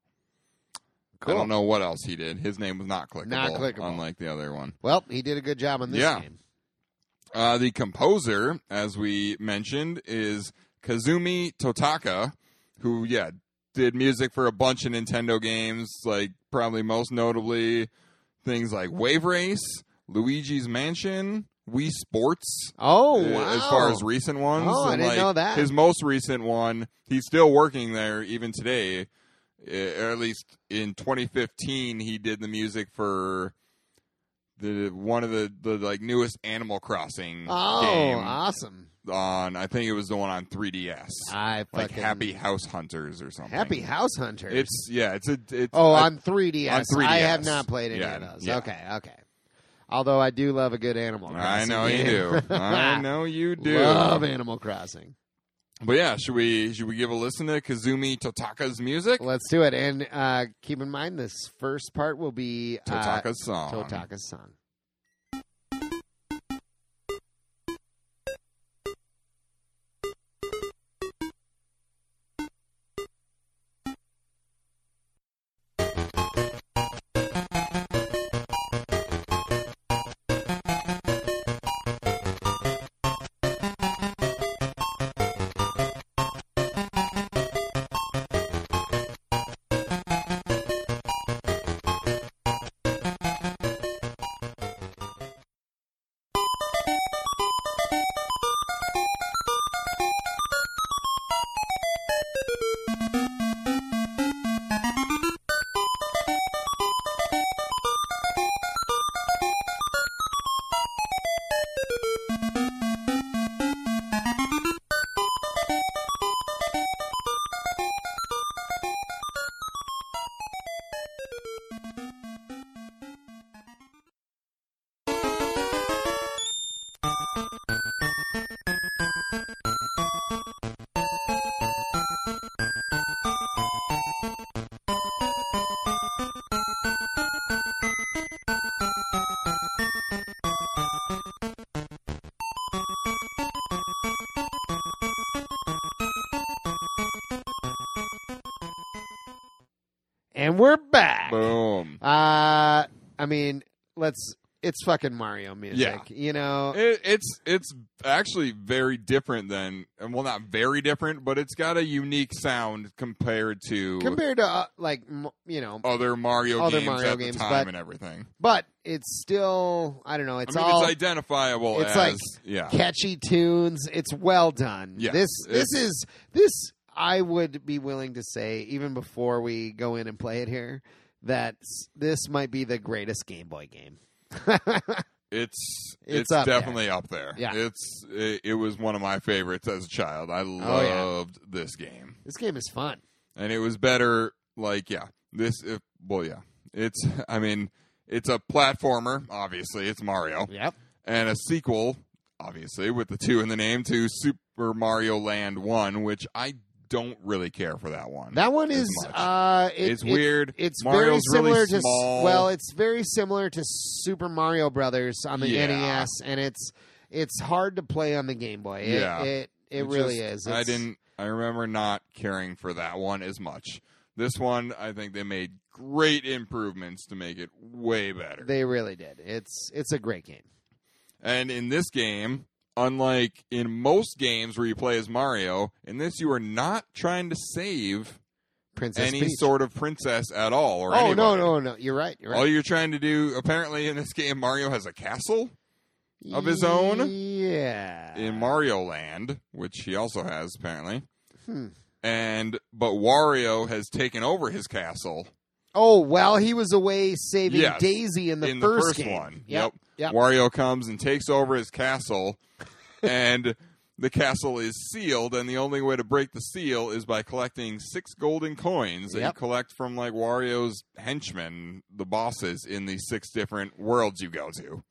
Speaker 1: Cool.
Speaker 2: I don't know what else he did. His name was not clickable,
Speaker 1: Not clickable.
Speaker 2: unlike the other one.
Speaker 1: Well, he did a good job on this
Speaker 2: Yeah.
Speaker 1: game.
Speaker 2: Uh, the composer, as we mentioned, is Kazumi Totaka, who, yeah, did music for a bunch of Nintendo games, like probably most notably things like Wave Race, Luigi's Mansion, Wii Sports.
Speaker 1: Oh,
Speaker 2: uh,
Speaker 1: wow.
Speaker 2: As far as recent ones,
Speaker 1: Oh, I
Speaker 2: and,
Speaker 1: didn't
Speaker 2: like,
Speaker 1: know that.
Speaker 2: His most recent one, he's still working there even today. uh, Or at least in 2015, he did the music for the one of the, the like newest Animal Crossing
Speaker 1: oh,
Speaker 2: game
Speaker 1: awesome.
Speaker 2: on. I think it was the one on 3DS,
Speaker 1: I
Speaker 2: like
Speaker 1: Ah, fucking
Speaker 2: Happy House Hunters or something.
Speaker 1: Happy House Hunter.
Speaker 2: It's yeah. It's a. It's
Speaker 1: Oh,
Speaker 2: a-
Speaker 1: on 3DS.
Speaker 2: on 3DS.
Speaker 1: I have not played any
Speaker 2: Yeah,
Speaker 1: of those.
Speaker 2: yeah.
Speaker 1: Okay, okay. Although I do love a good Animal
Speaker 2: I
Speaker 1: Crossing.
Speaker 2: know you
Speaker 1: game.
Speaker 2: do. I know you do.
Speaker 1: Love Animal Crossing.
Speaker 2: But yeah, should we should we give a listen to Kazumi Totaka's music?
Speaker 1: Let's do it. And uh, keep in mind, this first part will be uh,
Speaker 2: Totaka's song.
Speaker 1: Totaka's song. And we're back.
Speaker 2: Boom.
Speaker 1: Uh, I mean, let's. It's fucking Mario music. You know,
Speaker 2: It, it's it's actually very different than and well not very different, but it's got a unique sound compared to
Speaker 1: compared to uh, like m- you know,
Speaker 2: other Mario
Speaker 1: Other
Speaker 2: games
Speaker 1: Mario
Speaker 2: at
Speaker 1: games,
Speaker 2: the time
Speaker 1: but
Speaker 2: and everything.
Speaker 1: but it's still. I don't know. It's
Speaker 2: I mean,
Speaker 1: all
Speaker 2: it's identifiable.
Speaker 1: it's
Speaker 2: as,
Speaker 1: like-
Speaker 2: yeah,
Speaker 1: catchy tunes. It's well done.
Speaker 2: Yes,
Speaker 1: this this
Speaker 2: it's-
Speaker 1: is this I would be willing to say even before we go in and play it here that s- this might be the greatest Game Boy game.
Speaker 2: it's
Speaker 1: It's
Speaker 2: it's,
Speaker 1: up there.
Speaker 2: definitely up there.
Speaker 1: Yeah.
Speaker 2: it's it, it was one of my favorites as a child. I
Speaker 1: Oh, yeah.
Speaker 2: loved this game,
Speaker 1: this game is fun.
Speaker 2: and it was better. Like yeah, this if, well yeah, it's I mean it's a platformer. Obviously, it's Mario.
Speaker 1: Yep.
Speaker 2: and a sequel, obviously, with the two in the name to Super Mario Land 1, which I don't really care for that one.
Speaker 1: That one
Speaker 2: As
Speaker 1: is
Speaker 2: much.
Speaker 1: uh it-
Speaker 2: it's
Speaker 1: it-
Speaker 2: weird.
Speaker 1: It's
Speaker 2: Mario's
Speaker 1: very similar
Speaker 2: really
Speaker 1: to s-
Speaker 2: small.
Speaker 1: well, it's very similar to Super Mario Brothers on the
Speaker 2: Yeah.
Speaker 1: NES and it's it's hard to play on the Game Boy. It
Speaker 2: Yeah.
Speaker 1: it, it, really is.
Speaker 2: just- I
Speaker 1: It's-
Speaker 2: didn't. I remember not caring for that one as much. This one, I think they made great improvements to make it way better.
Speaker 1: they really did. It's it's a great game.
Speaker 2: and in this game, unlike in most games where you play as Mario, in this you are not trying to save
Speaker 1: Princess
Speaker 2: any
Speaker 1: Peach.
Speaker 2: sort of princess at all. Or
Speaker 1: oh
Speaker 2: anybody.
Speaker 1: no no no! You're right. You're
Speaker 2: All
Speaker 1: right.
Speaker 2: you're trying to do, apparently, in this game, Mario has a castle Oh, of his own?
Speaker 1: Yeah.
Speaker 2: in Mario Land, which he also has apparently,
Speaker 1: Hmm.
Speaker 2: and but Wario has taken over his castle
Speaker 1: Oh well, he was away saving
Speaker 2: Yes.
Speaker 1: Daisy in the
Speaker 2: in
Speaker 1: first,
Speaker 2: the first
Speaker 1: game.
Speaker 2: one.
Speaker 1: Yep. yep.
Speaker 2: Wario comes and takes over his castle, and the castle is sealed, and the only way to break the seal is by collecting six golden coins that
Speaker 1: Yep.
Speaker 2: you collect from like Wario's henchmen, the bosses in the six different worlds you go to.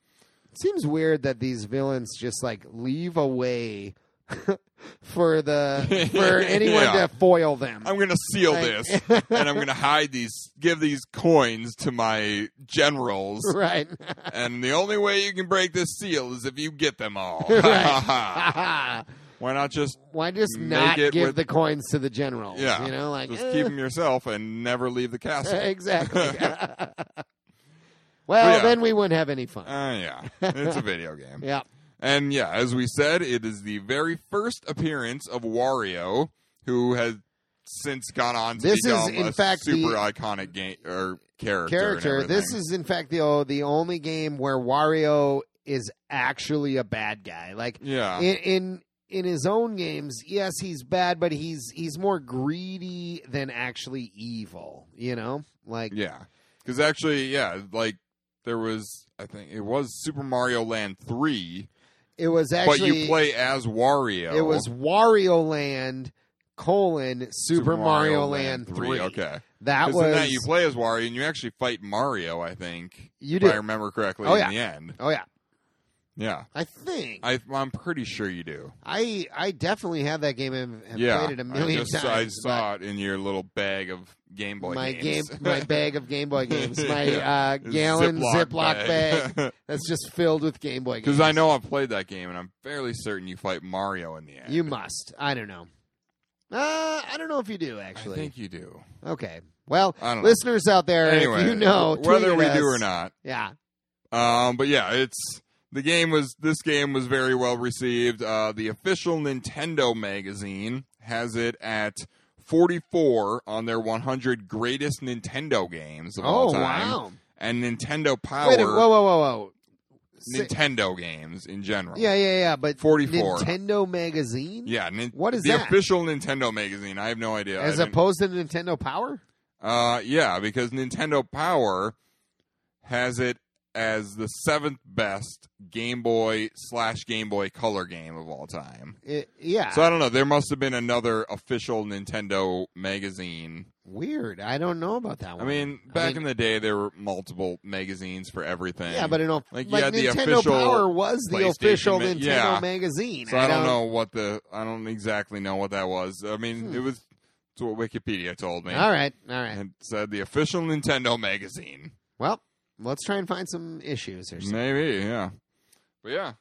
Speaker 1: Seems weird that these villains just like leave away for the for anyone
Speaker 2: Yeah.
Speaker 1: to foil them.
Speaker 2: I'm going to seal
Speaker 1: Like-
Speaker 2: this, and I'm going to hide these, give these coins to my generals,
Speaker 1: right.
Speaker 2: and the only way you can break this seal is if you get them all.
Speaker 1: right. Ha, ha.
Speaker 2: Why not just
Speaker 1: Why just
Speaker 2: Ah. Make
Speaker 1: not
Speaker 2: it
Speaker 1: give
Speaker 2: with-
Speaker 1: the coins to the generals?
Speaker 2: Yeah.
Speaker 1: You know, like
Speaker 2: just
Speaker 1: eh.
Speaker 2: keep them yourself and never leave the castle? Uh,
Speaker 1: exactly. well,
Speaker 2: yeah. Uh,
Speaker 1: then we wouldn't have any fun.
Speaker 2: yeah, it's a video game,
Speaker 1: yeah.
Speaker 2: and yeah, as we said, it is the very first appearance of Wario, who has since gone on to
Speaker 1: This is,
Speaker 2: become
Speaker 1: in
Speaker 2: a
Speaker 1: fact, the-
Speaker 2: super iconic game or character. and
Speaker 1: character. This
Speaker 2: everything.
Speaker 1: is, in fact, the o- the only game where Wario is actually a bad guy. Like
Speaker 2: yeah,
Speaker 1: in, in in his own games, yes, he's bad, but he's he's more greedy than actually evil. You know, like
Speaker 2: Yeah. Because actually, yeah, like there was, I think it was Super Mario Land 3,
Speaker 1: it was
Speaker 2: but
Speaker 1: actually
Speaker 2: you play as Wario.
Speaker 1: it was Wario Land colon Super, Mario, Land three.
Speaker 2: Okay.
Speaker 1: that
Speaker 2: 'Cause in
Speaker 1: was
Speaker 2: that you play as Wario and you actually fight Mario, I think,
Speaker 1: you
Speaker 2: if I
Speaker 1: did.
Speaker 2: remember correctly,
Speaker 1: Oh,
Speaker 2: in
Speaker 1: yeah.
Speaker 2: the end.
Speaker 1: Oh yeah,
Speaker 2: Yeah.
Speaker 1: I think
Speaker 2: I, I'm pretty sure you do.
Speaker 1: I I definitely have that game and have
Speaker 2: yeah.
Speaker 1: played it a million
Speaker 2: I just,
Speaker 1: times.
Speaker 2: I
Speaker 1: but-
Speaker 2: saw it in your little bag of Game Boy
Speaker 1: my
Speaker 2: games.
Speaker 1: game, my bag of Game Boy games, my
Speaker 2: Yeah.
Speaker 1: uh, gallon Ziploc, bag. that's just filled with Game Boy games.
Speaker 2: Because I know I've played that game, and I'm fairly certain you fight Mario in the end.
Speaker 1: you must. I don't know. Uh, I don't know if you do
Speaker 2: I
Speaker 1: actually.
Speaker 2: think you do.
Speaker 1: Okay. Well,
Speaker 2: I don't know.
Speaker 1: listeners out there,
Speaker 2: Anyway,
Speaker 1: if you know tweet
Speaker 2: whether
Speaker 1: at
Speaker 2: we
Speaker 1: us.
Speaker 2: do or not.
Speaker 1: Yeah,
Speaker 2: Um, but yeah, it's the game was this game was very well received. Uh, the official Nintendo magazine has it at 44 on their 100 greatest Nintendo games of all
Speaker 1: Oh
Speaker 2: time,
Speaker 1: wow!
Speaker 2: and Nintendo Power
Speaker 1: Wait, a, whoa, whoa, whoa, whoa! Si-
Speaker 2: Nintendo games in general.
Speaker 1: yeah, yeah, yeah. But
Speaker 2: 44.
Speaker 1: Nintendo magazine,
Speaker 2: yeah. Nin-
Speaker 1: What is
Speaker 2: the
Speaker 1: that?
Speaker 2: official Nintendo magazine? I have no idea. I
Speaker 1: as
Speaker 2: didn't-
Speaker 1: opposed to Nintendo Power.
Speaker 2: Uh, yeah, because Nintendo Power has it as the seventh best Game Boy slash Game Boy Color game of all time.
Speaker 1: I- yeah,
Speaker 2: So I don't know. There must have been another official Nintendo magazine.
Speaker 1: weird. I don't know about that
Speaker 2: I
Speaker 1: one.
Speaker 2: mean, back
Speaker 1: mean-
Speaker 2: in the day, there were multiple magazines for everything.
Speaker 1: yeah, but I don't
Speaker 2: Like,
Speaker 1: like,
Speaker 2: you had the
Speaker 1: Nintendo
Speaker 2: official
Speaker 1: Power was the
Speaker 2: PlayStation
Speaker 1: official
Speaker 2: ma-
Speaker 1: Nintendo
Speaker 2: yeah.
Speaker 1: magazine.
Speaker 2: so I don't know what the I don't exactly know what that was. I mean,
Speaker 1: Hmm.
Speaker 2: it was it's what Wikipedia told me.
Speaker 1: All right, all right.
Speaker 2: And it said the official Nintendo magazine.
Speaker 1: Well, let's try and find some issues or something.
Speaker 2: Maybe, yeah. But yeah.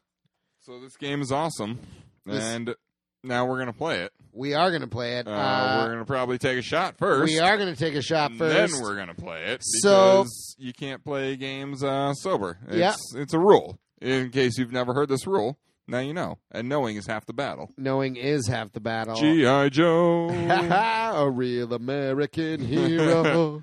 Speaker 2: So this game is awesome.
Speaker 1: This-
Speaker 2: And now we're gonna play it.
Speaker 1: We are going to play it.
Speaker 2: Uh,
Speaker 1: Uh,
Speaker 2: we're gonna probably take a shot first.
Speaker 1: we are going to take a shot
Speaker 2: and
Speaker 1: first.
Speaker 2: Then we're gonna play it
Speaker 1: So-
Speaker 2: because you can't play games uh, sober. It's,
Speaker 1: Yeah.
Speaker 2: it's a rule. In case you've never heard this rule, now you know. And knowing is half the battle.
Speaker 1: Knowing is half the battle.
Speaker 2: G.I. Joe.
Speaker 1: a real American hero.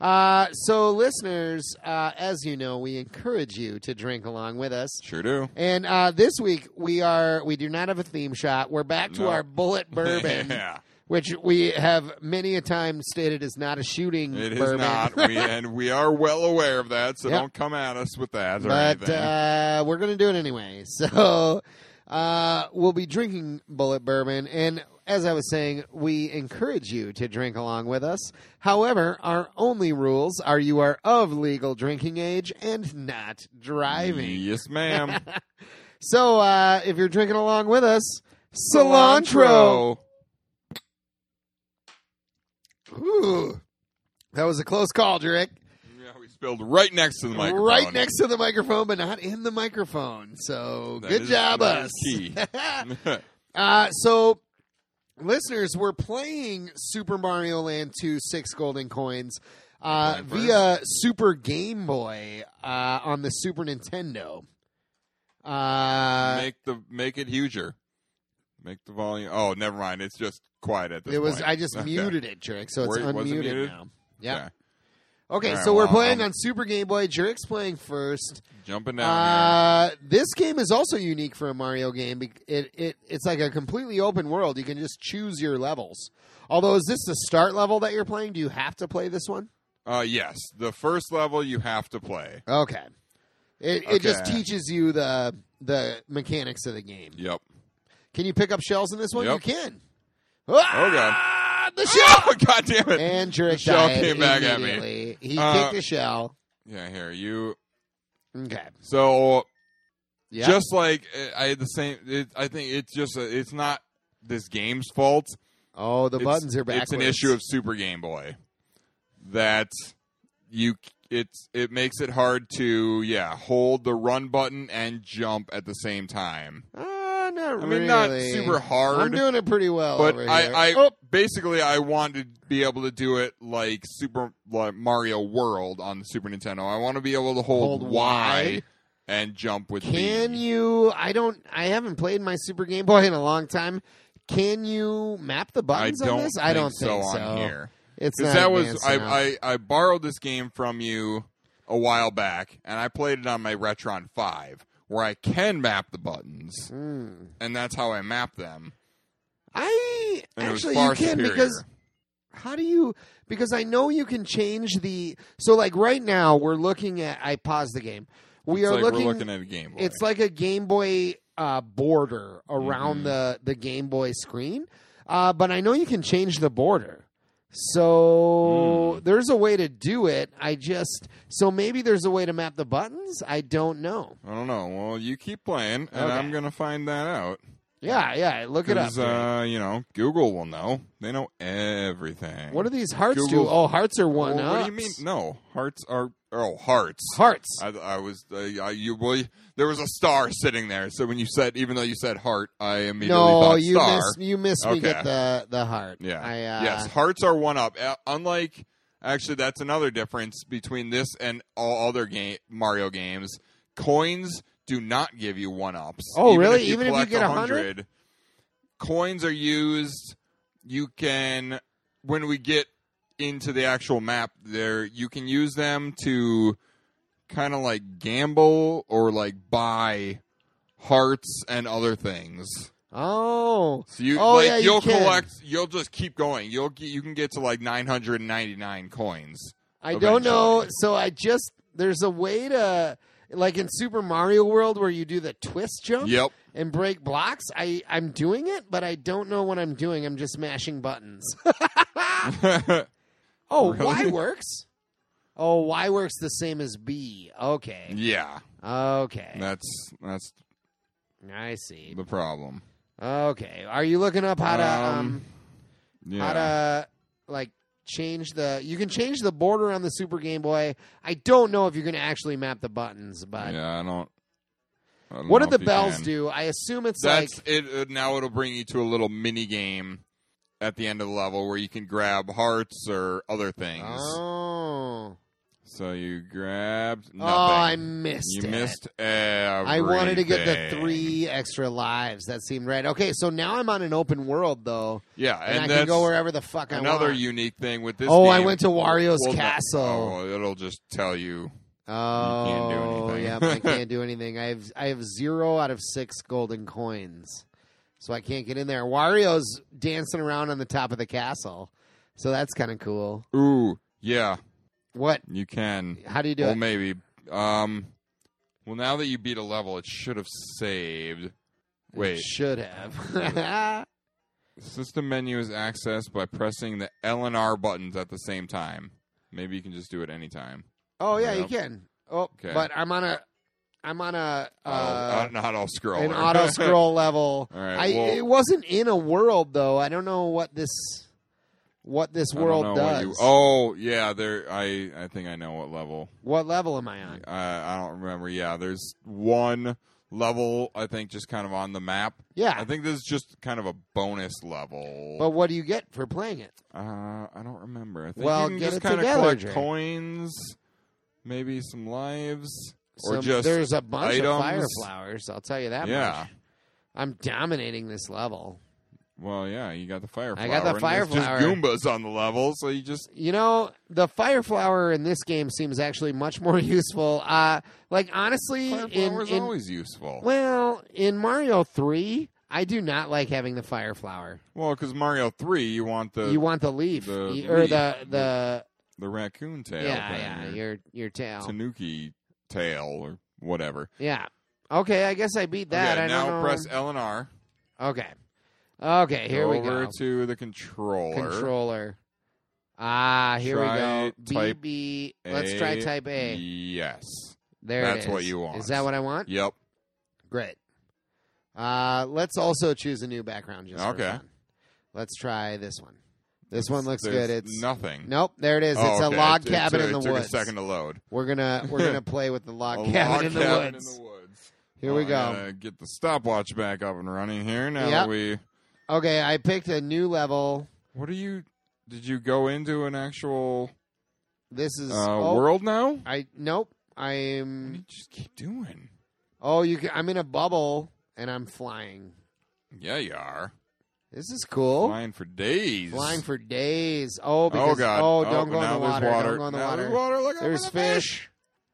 Speaker 1: uh, so, listeners, uh, as you know, we encourage you to drink along with us.
Speaker 2: sure do.
Speaker 1: And uh, this week we are we do not have a theme shot. We're back to
Speaker 2: No.
Speaker 1: our bullet bourbon,
Speaker 2: yeah.
Speaker 1: which we have many a time stated is not a shooting
Speaker 2: It is
Speaker 1: bourbon.
Speaker 2: not. We, and we are well aware of that, so
Speaker 1: Yeah.
Speaker 2: don't come at us with that or
Speaker 1: but
Speaker 2: anything.
Speaker 1: uh, we're going to do it anyway. So uh, we'll be drinking bullet bourbon. And as I was saying, we encourage you to drink along with us. However, our only rules are you are of legal drinking age and not driving.
Speaker 2: Yes, ma'am.
Speaker 1: So uh, if you're drinking along with us, cilantro. Ooh, that was a close call, Drake.
Speaker 2: Yeah, we spilled right next to the microphone.
Speaker 1: Right next to the microphone, but not in the microphone. So
Speaker 2: That
Speaker 1: good
Speaker 2: is-
Speaker 1: job,
Speaker 2: that
Speaker 1: us.
Speaker 2: is key.
Speaker 1: Uh, so, listeners, we're playing Super Mario Land 2 Six Golden Coins uh,
Speaker 2: Playing first?
Speaker 1: via Super Game Boy uh, on the Super Nintendo. Uh,
Speaker 2: make the make it huger. Make the volume. Oh, never mind. It's just quiet at this.
Speaker 1: it was
Speaker 2: point.
Speaker 1: I just
Speaker 2: Okay.
Speaker 1: muted it, Jerk, so it's
Speaker 2: Were- was it
Speaker 1: unmuted
Speaker 2: muted?
Speaker 1: now. Yeah.
Speaker 2: Okay.
Speaker 1: Okay,
Speaker 2: All right,
Speaker 1: so we're
Speaker 2: well,
Speaker 1: playing
Speaker 2: I'm-
Speaker 1: on Super Game Boy. Jerk's playing first.
Speaker 2: Jumping down
Speaker 1: Uh, this game is also unique for a Mario game. bec- It, it it's like a completely open world. You can just choose your levels. Although, is this the start level that you're playing? Do you have to play this one?
Speaker 2: here. Uh, yes, the first level you have to play.
Speaker 1: Okay. It, it just
Speaker 2: Okay.
Speaker 1: teaches you the the mechanics of the game.
Speaker 2: Yep.
Speaker 1: Can you pick up shells in this one?
Speaker 2: Yep.
Speaker 1: You can.
Speaker 2: Oh god.
Speaker 1: Ah, the shell.
Speaker 2: Oh, god damn it.
Speaker 1: And Jurek
Speaker 2: shell
Speaker 1: died
Speaker 2: came back at me.
Speaker 1: immediately. He
Speaker 2: Uh,
Speaker 1: kicked the shell.
Speaker 2: Yeah, here you.
Speaker 1: Okay.
Speaker 2: So
Speaker 1: Yeah.
Speaker 2: just like uh, I had the same. It, I think it's just a, it's not this game's fault.
Speaker 1: oh, the
Speaker 2: It's-
Speaker 1: buttons are backwards.
Speaker 2: It's an issue of Super Game Boy that you it's it makes it hard to yeah hold the run button and jump at the same time.
Speaker 1: Uh, not
Speaker 2: I mean,
Speaker 1: really.
Speaker 2: not super hard,
Speaker 1: I'm doing it pretty well.
Speaker 2: but
Speaker 1: over here.
Speaker 2: I, I
Speaker 1: Oh,
Speaker 2: basically I wanted to be able to do it like Super like Mario World on the Super Nintendo. I want to be able to hold,
Speaker 1: Hold
Speaker 2: Y
Speaker 1: wide.
Speaker 2: and jump with.
Speaker 1: can
Speaker 2: B.
Speaker 1: you? I don't. I haven't played my Super Game Boy in a long time. Can you map the
Speaker 2: I
Speaker 1: buttons
Speaker 2: don't.
Speaker 1: on this? I don't
Speaker 2: think so,
Speaker 1: think so.
Speaker 2: on here.
Speaker 1: It's not
Speaker 2: Because that was
Speaker 1: advanced enough.
Speaker 2: I, I I borrowed this game from you a while back, and I played it on my Retron Five, where I can map the buttons,
Speaker 1: Hmm.
Speaker 2: and that's how I map them.
Speaker 1: I
Speaker 2: And it was
Speaker 1: actually
Speaker 2: far
Speaker 1: you can
Speaker 2: superior.
Speaker 1: because how do you because I know you can change the so like right now we're looking at I paused the game. We
Speaker 2: It's
Speaker 1: are
Speaker 2: like
Speaker 1: looking,
Speaker 2: we're looking at a Game Boy.
Speaker 1: it's like a Game Boy uh, border around
Speaker 2: Mhm.
Speaker 1: the the Game Boy screen. Uh, but I know you can change the border. So
Speaker 2: Mm.
Speaker 1: there's a way to do it. I just so maybe there's a way to map the buttons. I don't know.
Speaker 2: I don't know. Well, you keep playing, and
Speaker 1: Okay.
Speaker 2: I'm gonna find that out.
Speaker 1: Yeah, yeah. Look it up.
Speaker 2: 'Cause, uh, you know, Google will know. They know everything.
Speaker 1: what do these hearts do?
Speaker 2: Google-
Speaker 1: Oh, hearts are one.
Speaker 2: Well, what do you
Speaker 1: ups.
Speaker 2: mean? No, hearts are oh hearts.
Speaker 1: Hearts.
Speaker 2: I, I was uh, I, you well you- there was a star sitting there. So when you said even though you said heart, I immediately
Speaker 1: No,
Speaker 2: thought
Speaker 1: you
Speaker 2: star.
Speaker 1: miss you miss me
Speaker 2: Okay.
Speaker 1: get the the heart.
Speaker 2: Yeah.
Speaker 1: I, uh,
Speaker 2: yes, hearts are one up. Uh, unlike actually, that's another difference between this and all other game Mario games. Coins do not give you one ups.
Speaker 1: Oh, really? Even if you
Speaker 2: collect
Speaker 1: get 100?
Speaker 2: 100, coins are used. You can when we get into the actual map, there you can use them to kind of like gamble or like buy hearts and other things.
Speaker 1: Oh.
Speaker 2: So you
Speaker 1: Oh,
Speaker 2: like
Speaker 1: yeah, you
Speaker 2: you'll
Speaker 1: can.
Speaker 2: collect you'll just keep going. You'll get, you can get to like 999 coins.
Speaker 1: I don't know.
Speaker 2: Eventually.
Speaker 1: So I just there's a way to like in Super Mario World where you do the twist jump
Speaker 2: Yep.
Speaker 1: and break blocks. I I'm doing it, but I don't know what I'm doing. I'm just mashing buttons. oh, Y
Speaker 2: Really?
Speaker 1: works. Oh, Y works the same as B. Okay.
Speaker 2: yeah.
Speaker 1: Okay.
Speaker 2: That's that's
Speaker 1: I see.
Speaker 2: the problem.
Speaker 1: Okay. Are you looking up how to
Speaker 2: Um,
Speaker 1: um
Speaker 2: Yeah.
Speaker 1: how to like change the you can change the border on the super game boy i don't know if you're going to actually map the buttons but
Speaker 2: yeah, I don't, I don't
Speaker 1: what
Speaker 2: know
Speaker 1: did the
Speaker 2: if you
Speaker 1: bells
Speaker 2: can.
Speaker 1: do i assume it's
Speaker 2: That's
Speaker 1: like
Speaker 2: it it. uh, Now it'll bring you to a little mini game at the end of the level where you can grab hearts or other things.
Speaker 1: oh
Speaker 2: So you grabbed nothing.
Speaker 1: oh i missed
Speaker 2: you
Speaker 1: it.
Speaker 2: missed everything.
Speaker 1: i wanted to get the three extra lives that seemed right okay so now i'm on an open world though
Speaker 2: Yeah,
Speaker 1: and,
Speaker 2: and,
Speaker 1: i
Speaker 2: that's
Speaker 1: can go wherever the fuck i
Speaker 2: another
Speaker 1: want
Speaker 2: unique thing with this.
Speaker 1: oh i
Speaker 2: game-
Speaker 1: went to wario's
Speaker 2: Well, no-
Speaker 1: castle
Speaker 2: oh, it'll just tell you. can't do
Speaker 1: Oh,
Speaker 2: anything.
Speaker 1: yeah, I can't do anything. I have I have zero out of six golden coins, so I can't get in there. Wario's dancing around on the top of the castle, so that's kind of cool.
Speaker 2: Ooh, yeah,
Speaker 1: What?
Speaker 2: you can.
Speaker 1: How do you do
Speaker 2: Well,
Speaker 1: it?
Speaker 2: maybe. Um, well, now that you beat a level, it should have saved. Wait,
Speaker 1: should have.
Speaker 2: system menu is accessed by pressing the L and R buttons at the same time. Maybe you can just do it anytime.
Speaker 1: oh yeah, you
Speaker 2: Yep.
Speaker 1: can. Oh,
Speaker 2: Okay.
Speaker 1: but I'm on a I'm on a
Speaker 2: Oh,
Speaker 1: uh,
Speaker 2: uh, not all scroll.
Speaker 1: an auto scroll level.
Speaker 2: All right,
Speaker 1: I
Speaker 2: well-
Speaker 1: it wasn't in a world though. I don't know what this what this world does.
Speaker 2: oh, yeah. There, I I think I know what level.
Speaker 1: What level am I on?
Speaker 2: Uh, I don't remember. Yeah, there's one level I think just kind of on the map.
Speaker 1: Yeah.
Speaker 2: I think this is just kind of a bonus level.
Speaker 1: But what do you get for playing it?
Speaker 2: uh, I don't remember. I think
Speaker 1: Well,
Speaker 2: you can
Speaker 1: get
Speaker 2: just
Speaker 1: it
Speaker 2: kind
Speaker 1: together,
Speaker 2: of collect
Speaker 1: Jay.
Speaker 2: coins, maybe some lives, or
Speaker 1: Some-
Speaker 2: just
Speaker 1: there's a bunch of fire
Speaker 2: items.
Speaker 1: flowers. I'll tell you that.
Speaker 2: yeah.
Speaker 1: much. I'm dominating this level.
Speaker 2: Well, yeah, you got the fire.
Speaker 1: I
Speaker 2: Flower,
Speaker 1: got the
Speaker 2: and
Speaker 1: fire
Speaker 2: there's just
Speaker 1: flower.
Speaker 2: Goombas on the level, so you just
Speaker 1: You know, the fire flower in this game seems actually much more useful. Uh, like honestly,
Speaker 2: fire
Speaker 1: in,
Speaker 2: flowers
Speaker 1: in-
Speaker 2: always useful. Well,
Speaker 1: well, in Mario Three, I do not like having the fire flower.
Speaker 2: 'cause Mario three, you want the
Speaker 1: you want the leaf
Speaker 2: the
Speaker 1: You- or
Speaker 2: leaf.
Speaker 1: the the
Speaker 2: the raccoon tail,
Speaker 1: yeah
Speaker 2: thing,
Speaker 1: yeah
Speaker 2: or
Speaker 1: your your tail
Speaker 2: tanuki tail, or whatever.
Speaker 1: yeah. Okay, I guess I beat that.
Speaker 2: okay,
Speaker 1: I
Speaker 2: now
Speaker 1: don't know.
Speaker 2: press L and R.
Speaker 1: Okay, okay. Here
Speaker 2: go
Speaker 1: we
Speaker 2: over
Speaker 1: go.
Speaker 2: to the controller.
Speaker 1: controller. Ah, here
Speaker 2: Try
Speaker 1: we go.
Speaker 2: type
Speaker 1: BB. Let's try
Speaker 2: A.
Speaker 1: type A.
Speaker 2: Yes.
Speaker 1: There
Speaker 2: that's
Speaker 1: it is.
Speaker 2: what you want.
Speaker 1: Is that what I want?
Speaker 2: Yep.
Speaker 1: Great. Uh, let's also choose a new background just
Speaker 2: Okay.
Speaker 1: for fun. Let's try this one. This one looks
Speaker 2: There's
Speaker 1: good. It's
Speaker 2: nothing.
Speaker 1: Nope, there it is.
Speaker 2: Oh,
Speaker 1: it's
Speaker 2: okay.
Speaker 1: a log
Speaker 2: It- it
Speaker 1: cabin
Speaker 2: took-
Speaker 1: in
Speaker 2: it
Speaker 1: the
Speaker 2: took
Speaker 1: woods.
Speaker 2: A second to load.
Speaker 1: We're gonna we're gonna play with the log
Speaker 2: a
Speaker 1: cabin
Speaker 2: log
Speaker 1: in the
Speaker 2: cabin
Speaker 1: woods.
Speaker 2: in the woods.
Speaker 1: Here
Speaker 2: Well,
Speaker 1: we
Speaker 2: I
Speaker 1: go.
Speaker 2: gotta get the stopwatch back up and running here. Now
Speaker 1: Yep.
Speaker 2: that we,
Speaker 1: Okay, I picked a new level.
Speaker 2: what are you? Did you go into an actual
Speaker 1: This is Mm.
Speaker 2: uh,
Speaker 1: oh,
Speaker 2: world now?
Speaker 1: I nope.
Speaker 2: What do you
Speaker 1: I'm
Speaker 2: just keep doing?
Speaker 1: oh you can, I'm in a bubble and I'm flying.
Speaker 2: Yeah, you are
Speaker 1: This is cool.
Speaker 2: flying for days.
Speaker 1: Oh. Flying for days. Oh, because
Speaker 2: oh God!
Speaker 1: oh, don't go in the
Speaker 2: now there's
Speaker 1: water.
Speaker 2: water.
Speaker 1: Don't go in the
Speaker 2: Now
Speaker 1: water.
Speaker 2: There's water. Look Hmm. out for
Speaker 1: There's
Speaker 2: the
Speaker 1: fish.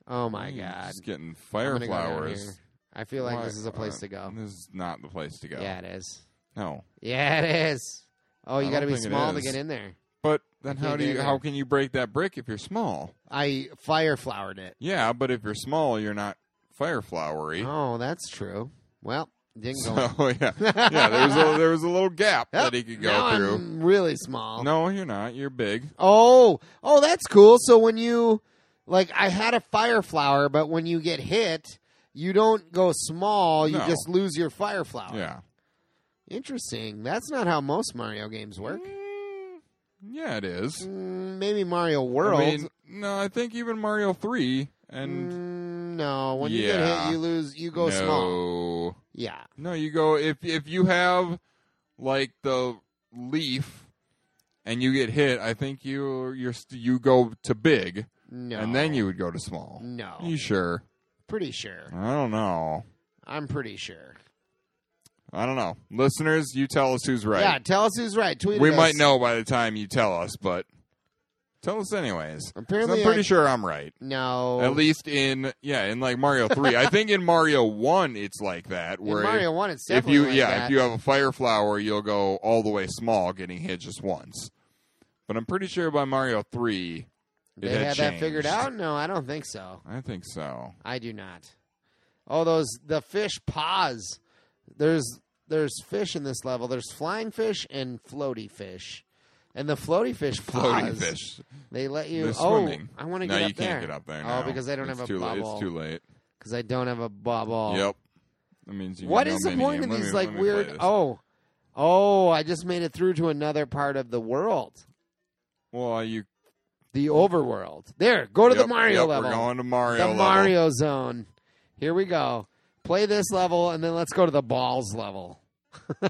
Speaker 1: Oh my
Speaker 2: Ooh,
Speaker 1: God!
Speaker 2: Just getting
Speaker 1: I'm
Speaker 2: fire
Speaker 1: gonna go down
Speaker 2: flowers.
Speaker 1: here. I feel like
Speaker 2: Why-
Speaker 1: this is a place
Speaker 2: uh,
Speaker 1: to go.
Speaker 2: This is not the place to go.
Speaker 1: Yeah, it is.
Speaker 2: No.
Speaker 1: Yeah, it is. Oh, you
Speaker 2: I
Speaker 1: got to be
Speaker 2: don't think it
Speaker 1: small to
Speaker 2: is.
Speaker 1: get in there.
Speaker 2: But then
Speaker 1: I
Speaker 2: how
Speaker 1: can't
Speaker 2: do
Speaker 1: get
Speaker 2: you
Speaker 1: in
Speaker 2: how
Speaker 1: there.
Speaker 2: can you break that brick if you're small?
Speaker 1: I fire flowered it.
Speaker 2: Yeah, but if you're small, you're not fire flowery.
Speaker 1: Oh, that's Oh, true. Well, Didn't go.
Speaker 2: So yeah, yeah. There was a, there was a little gap
Speaker 1: Yep,
Speaker 2: that he could go
Speaker 1: now
Speaker 2: through.
Speaker 1: I'm really small.
Speaker 2: No, you're not. You're big.
Speaker 1: Oh, oh, that's cool. So when you like, I had a fire flower, but when you get hit, you don't go small. You
Speaker 2: No.
Speaker 1: just lose your fire flower.
Speaker 2: Yeah.
Speaker 1: Interesting. That's not how most Mario games work.
Speaker 2: Mm, Yeah, it is.
Speaker 1: Mm, maybe Mario World.
Speaker 2: I mean, no, I think even Mario Three and
Speaker 1: Mm, no, when you get
Speaker 2: Yeah.
Speaker 1: hit, you lose. You go
Speaker 2: no.
Speaker 1: small. Yeah.
Speaker 2: No, you go if if you have like the leaf and you get hit. I think you you're st- you go to big
Speaker 1: No.
Speaker 2: and then you would go to small.
Speaker 1: No.
Speaker 2: You sure?
Speaker 1: Pretty sure.
Speaker 2: I don't know.
Speaker 1: I'm pretty sure.
Speaker 2: I don't know. Listeners, you tell us who's right.
Speaker 1: Yeah. Tell us who's right. Tweet.
Speaker 2: we
Speaker 1: at
Speaker 2: might
Speaker 1: us.
Speaker 2: know by the time you tell us, but tell us anyways. 'Cause
Speaker 1: Apparently,
Speaker 2: I'm pretty
Speaker 1: I- Oh.
Speaker 2: sure I'm right.
Speaker 1: No.
Speaker 2: At least in yeah, in like Mario three. I think in Mario one it's like that
Speaker 1: in
Speaker 2: where
Speaker 1: Mario One, it's
Speaker 2: if, if
Speaker 1: definitely
Speaker 2: you
Speaker 1: like
Speaker 2: yeah,
Speaker 1: that.
Speaker 2: if you have a fire flower, you'll go all the way small, getting hit just once. But I'm pretty sure by Mario three it
Speaker 1: they
Speaker 2: had,
Speaker 1: had that figured
Speaker 2: changed.
Speaker 1: out. No, I don't think so.
Speaker 2: I think so.
Speaker 1: I do not. Oh, those the fish paws. There's there's fish in this level. There's flying fish and floaty fish, and the floaty fish
Speaker 2: Floating
Speaker 1: paws,
Speaker 2: fish.
Speaker 1: They let you.
Speaker 2: They're
Speaker 1: oh,
Speaker 2: swimming.
Speaker 1: I want to
Speaker 2: No,
Speaker 1: get
Speaker 2: you
Speaker 1: up
Speaker 2: can't
Speaker 1: there
Speaker 2: get up there.
Speaker 1: Oh,
Speaker 2: now.
Speaker 1: because I don't
Speaker 2: It's
Speaker 1: have a
Speaker 2: too late.
Speaker 1: bubble.
Speaker 2: It's too late.
Speaker 1: because I don't have a bubble.
Speaker 2: Yep. That means you.
Speaker 1: What
Speaker 2: know
Speaker 1: is the
Speaker 2: many
Speaker 1: point of
Speaker 2: game. Let
Speaker 1: these
Speaker 2: me-
Speaker 1: like
Speaker 2: let me play
Speaker 1: weird?
Speaker 2: this.
Speaker 1: Oh, oh! I just made it through to another part of the world,
Speaker 2: Well, you
Speaker 1: the overworld. There, go to
Speaker 2: yep,
Speaker 1: the Mario
Speaker 2: yep,
Speaker 1: level,
Speaker 2: We're going to Mario.
Speaker 1: the
Speaker 2: level.
Speaker 1: Mario zone. Here we go. Play this level, and then let's go to the balls level.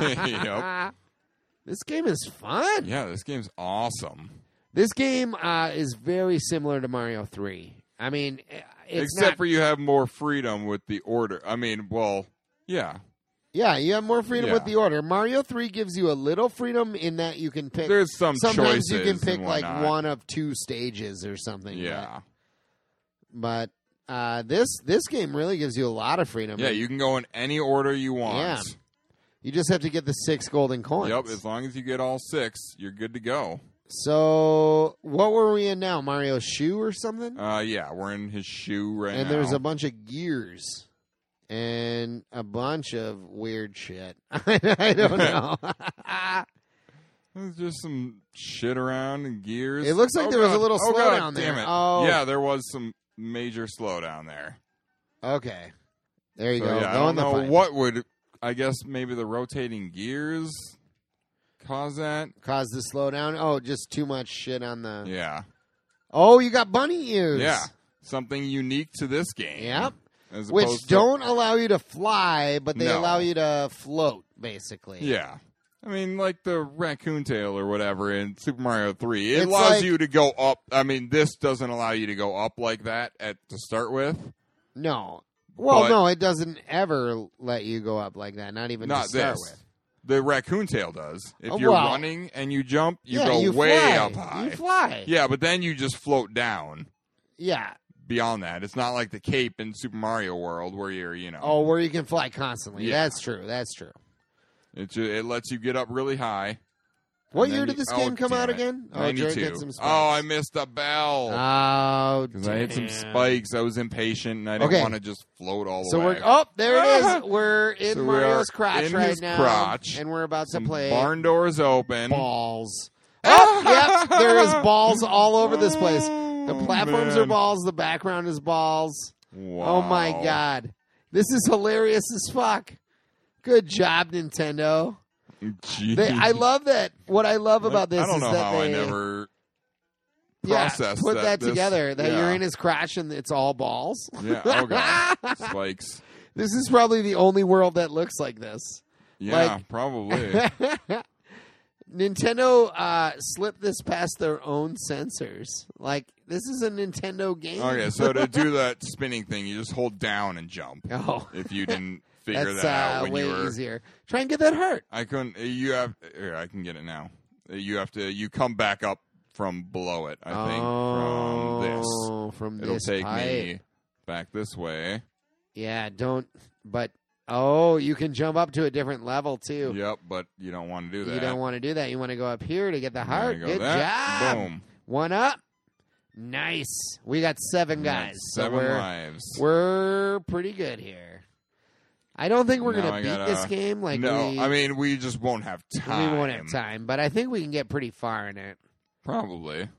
Speaker 2: yep.
Speaker 1: This game is fun.
Speaker 2: Yeah, this game's awesome.
Speaker 1: This game uh, is very similar to Mario Three. I mean, eh, it's
Speaker 2: Except
Speaker 1: not,
Speaker 2: for you have more freedom with the order. I mean, well, yeah.
Speaker 1: yeah, you have more freedom
Speaker 2: Yeah.
Speaker 1: with the order. Mario Three gives you a little freedom in that you can pick
Speaker 2: There's some
Speaker 1: sometimes
Speaker 2: choices.
Speaker 1: you can
Speaker 2: and
Speaker 1: pick like
Speaker 2: whatnot.
Speaker 1: one of two stages or something.
Speaker 2: Yeah.
Speaker 1: but, but, uh, this this game really gives you a lot of freedom.
Speaker 2: Yeah, you can go in any order you want.
Speaker 1: You just have to get the six golden coins.
Speaker 2: Yep, as long as you get all six, you're good to go.
Speaker 1: So what were we in now? Mario shoe or something?
Speaker 2: Uh, yeah, we're in his shoe right
Speaker 1: and
Speaker 2: now.
Speaker 1: there's a bunch of gears and a bunch of weird shit. I don't know.
Speaker 2: There's just some shit around and gears.
Speaker 1: It looks like
Speaker 2: Oh,
Speaker 1: there was a
Speaker 2: God.
Speaker 1: little
Speaker 2: oh, God,
Speaker 1: slowdown there.
Speaker 2: Damn it.
Speaker 1: Oh.
Speaker 2: Yeah, there was some major slowdown there.
Speaker 1: okay, there you
Speaker 2: So,
Speaker 1: go.
Speaker 2: yeah, I
Speaker 1: Go in
Speaker 2: don't
Speaker 1: the
Speaker 2: know
Speaker 1: pipe.
Speaker 2: what would I guess maybe the rotating gears cause that.
Speaker 1: caused the slowdown? Oh, just too much shit on the.
Speaker 2: Yeah,
Speaker 1: Oh, you got bunny ears.
Speaker 2: yeah, something unique to this game.
Speaker 1: Yep.
Speaker 2: as
Speaker 1: Which
Speaker 2: opposed to-
Speaker 1: don't allow you to fly, but they
Speaker 2: No.
Speaker 1: allow you to float, basically.
Speaker 2: yeah. I mean, like the raccoon tail or whatever in Super Mario Three, it
Speaker 1: It's
Speaker 2: allows
Speaker 1: like-
Speaker 2: you to go up. I mean, this doesn't allow you to go up like that at to start with.
Speaker 1: No. Well,
Speaker 2: But-
Speaker 1: no, it doesn't ever let you go up like that. Not even
Speaker 2: Not
Speaker 1: to start
Speaker 2: this.
Speaker 1: with.
Speaker 2: The raccoon tail does. If
Speaker 1: Oh,
Speaker 2: you're
Speaker 1: well.
Speaker 2: running and you jump, you
Speaker 1: yeah,
Speaker 2: go
Speaker 1: you
Speaker 2: way
Speaker 1: fly.
Speaker 2: up high.
Speaker 1: You fly.
Speaker 2: Yeah, but then you just float down.
Speaker 1: Yeah.
Speaker 2: beyond that. It's not like the cape in Super Mario World where you're, you know,
Speaker 1: Oh, where you can fly constantly.
Speaker 2: Yeah.
Speaker 1: That's true. That's true.
Speaker 2: it, ju- it lets you get up really high.
Speaker 1: What
Speaker 2: And
Speaker 1: year
Speaker 2: then
Speaker 1: did
Speaker 2: you-
Speaker 1: this
Speaker 2: oh,
Speaker 1: game come
Speaker 2: damn
Speaker 1: out
Speaker 2: it.
Speaker 1: again? Oh, Jared
Speaker 2: 92.
Speaker 1: gets some spikes.
Speaker 2: Oh, I missed a bell.
Speaker 1: Oh,
Speaker 2: Because I had some
Speaker 1: damn.
Speaker 2: spikes. I was impatient and I didn't
Speaker 1: Okay.
Speaker 2: want to just float all the
Speaker 1: So
Speaker 2: way.
Speaker 1: we're oh there it
Speaker 2: Ah!
Speaker 1: is. We're in
Speaker 2: So we
Speaker 1: Mario's
Speaker 2: are
Speaker 1: crotch
Speaker 2: in
Speaker 1: right
Speaker 2: his
Speaker 1: now,
Speaker 2: crotch.
Speaker 1: and we're about to
Speaker 2: Some
Speaker 1: play
Speaker 2: barn doors open.
Speaker 1: balls. Oh, yep, there is balls all over this place. The
Speaker 2: Oh,
Speaker 1: platforms are
Speaker 2: man.
Speaker 1: balls. The background is balls.
Speaker 2: Wow.
Speaker 1: Oh my god, this is hilarious as fuck. Good job, Nintendo.
Speaker 2: Jeez.
Speaker 1: They, I love that. What I love about this
Speaker 2: I don't
Speaker 1: is
Speaker 2: know
Speaker 1: that
Speaker 2: how
Speaker 1: they
Speaker 2: I never.
Speaker 1: yeah,
Speaker 2: processed
Speaker 1: put
Speaker 2: that
Speaker 1: that
Speaker 2: this-
Speaker 1: together. That
Speaker 2: yeah.
Speaker 1: you're in his crotch and it's all balls.
Speaker 2: Yeah. Oh god. Spikes.
Speaker 1: This is probably the only world that looks like this.
Speaker 2: Yeah.
Speaker 1: Like-
Speaker 2: probably.
Speaker 1: Nintendo uh, slipped this past their own sensors. Like this is a Nintendo game.
Speaker 2: Okay, so to do that spinning thing, you just hold down and jump.
Speaker 1: oh,
Speaker 2: If you didn't figure
Speaker 1: that's
Speaker 2: that out
Speaker 1: uh,
Speaker 2: when
Speaker 1: way
Speaker 2: you were,
Speaker 1: easier. Try and get that heart.
Speaker 2: I couldn't. uh, You have. Here, I can get it now. Uh, You have to. You come back up from below it. I think from
Speaker 1: Oh, from
Speaker 2: this. It'll
Speaker 1: this
Speaker 2: take
Speaker 1: pipe.
Speaker 2: me back this way.
Speaker 1: Yeah, don't. But oh, you can jump up to a different level too.
Speaker 2: Yep, but you don't want to do that.
Speaker 1: You don't want to do that. You want to go up here to get the
Speaker 2: There
Speaker 1: heart.
Speaker 2: you go.
Speaker 1: Good
Speaker 2: That,
Speaker 1: job.
Speaker 2: Boom.
Speaker 1: One up. Nice. We got seven
Speaker 2: And
Speaker 1: guys.
Speaker 2: that's
Speaker 1: so
Speaker 2: seven
Speaker 1: we're
Speaker 2: lives.
Speaker 1: we're pretty good here. I don't think we're
Speaker 2: No,
Speaker 1: gonna
Speaker 2: I
Speaker 1: beat
Speaker 2: gotta-
Speaker 1: this game. Like
Speaker 2: no,
Speaker 1: we,
Speaker 2: I mean we just won't have time.
Speaker 1: we won't have time, but I think we can get pretty far in it.
Speaker 2: Probably.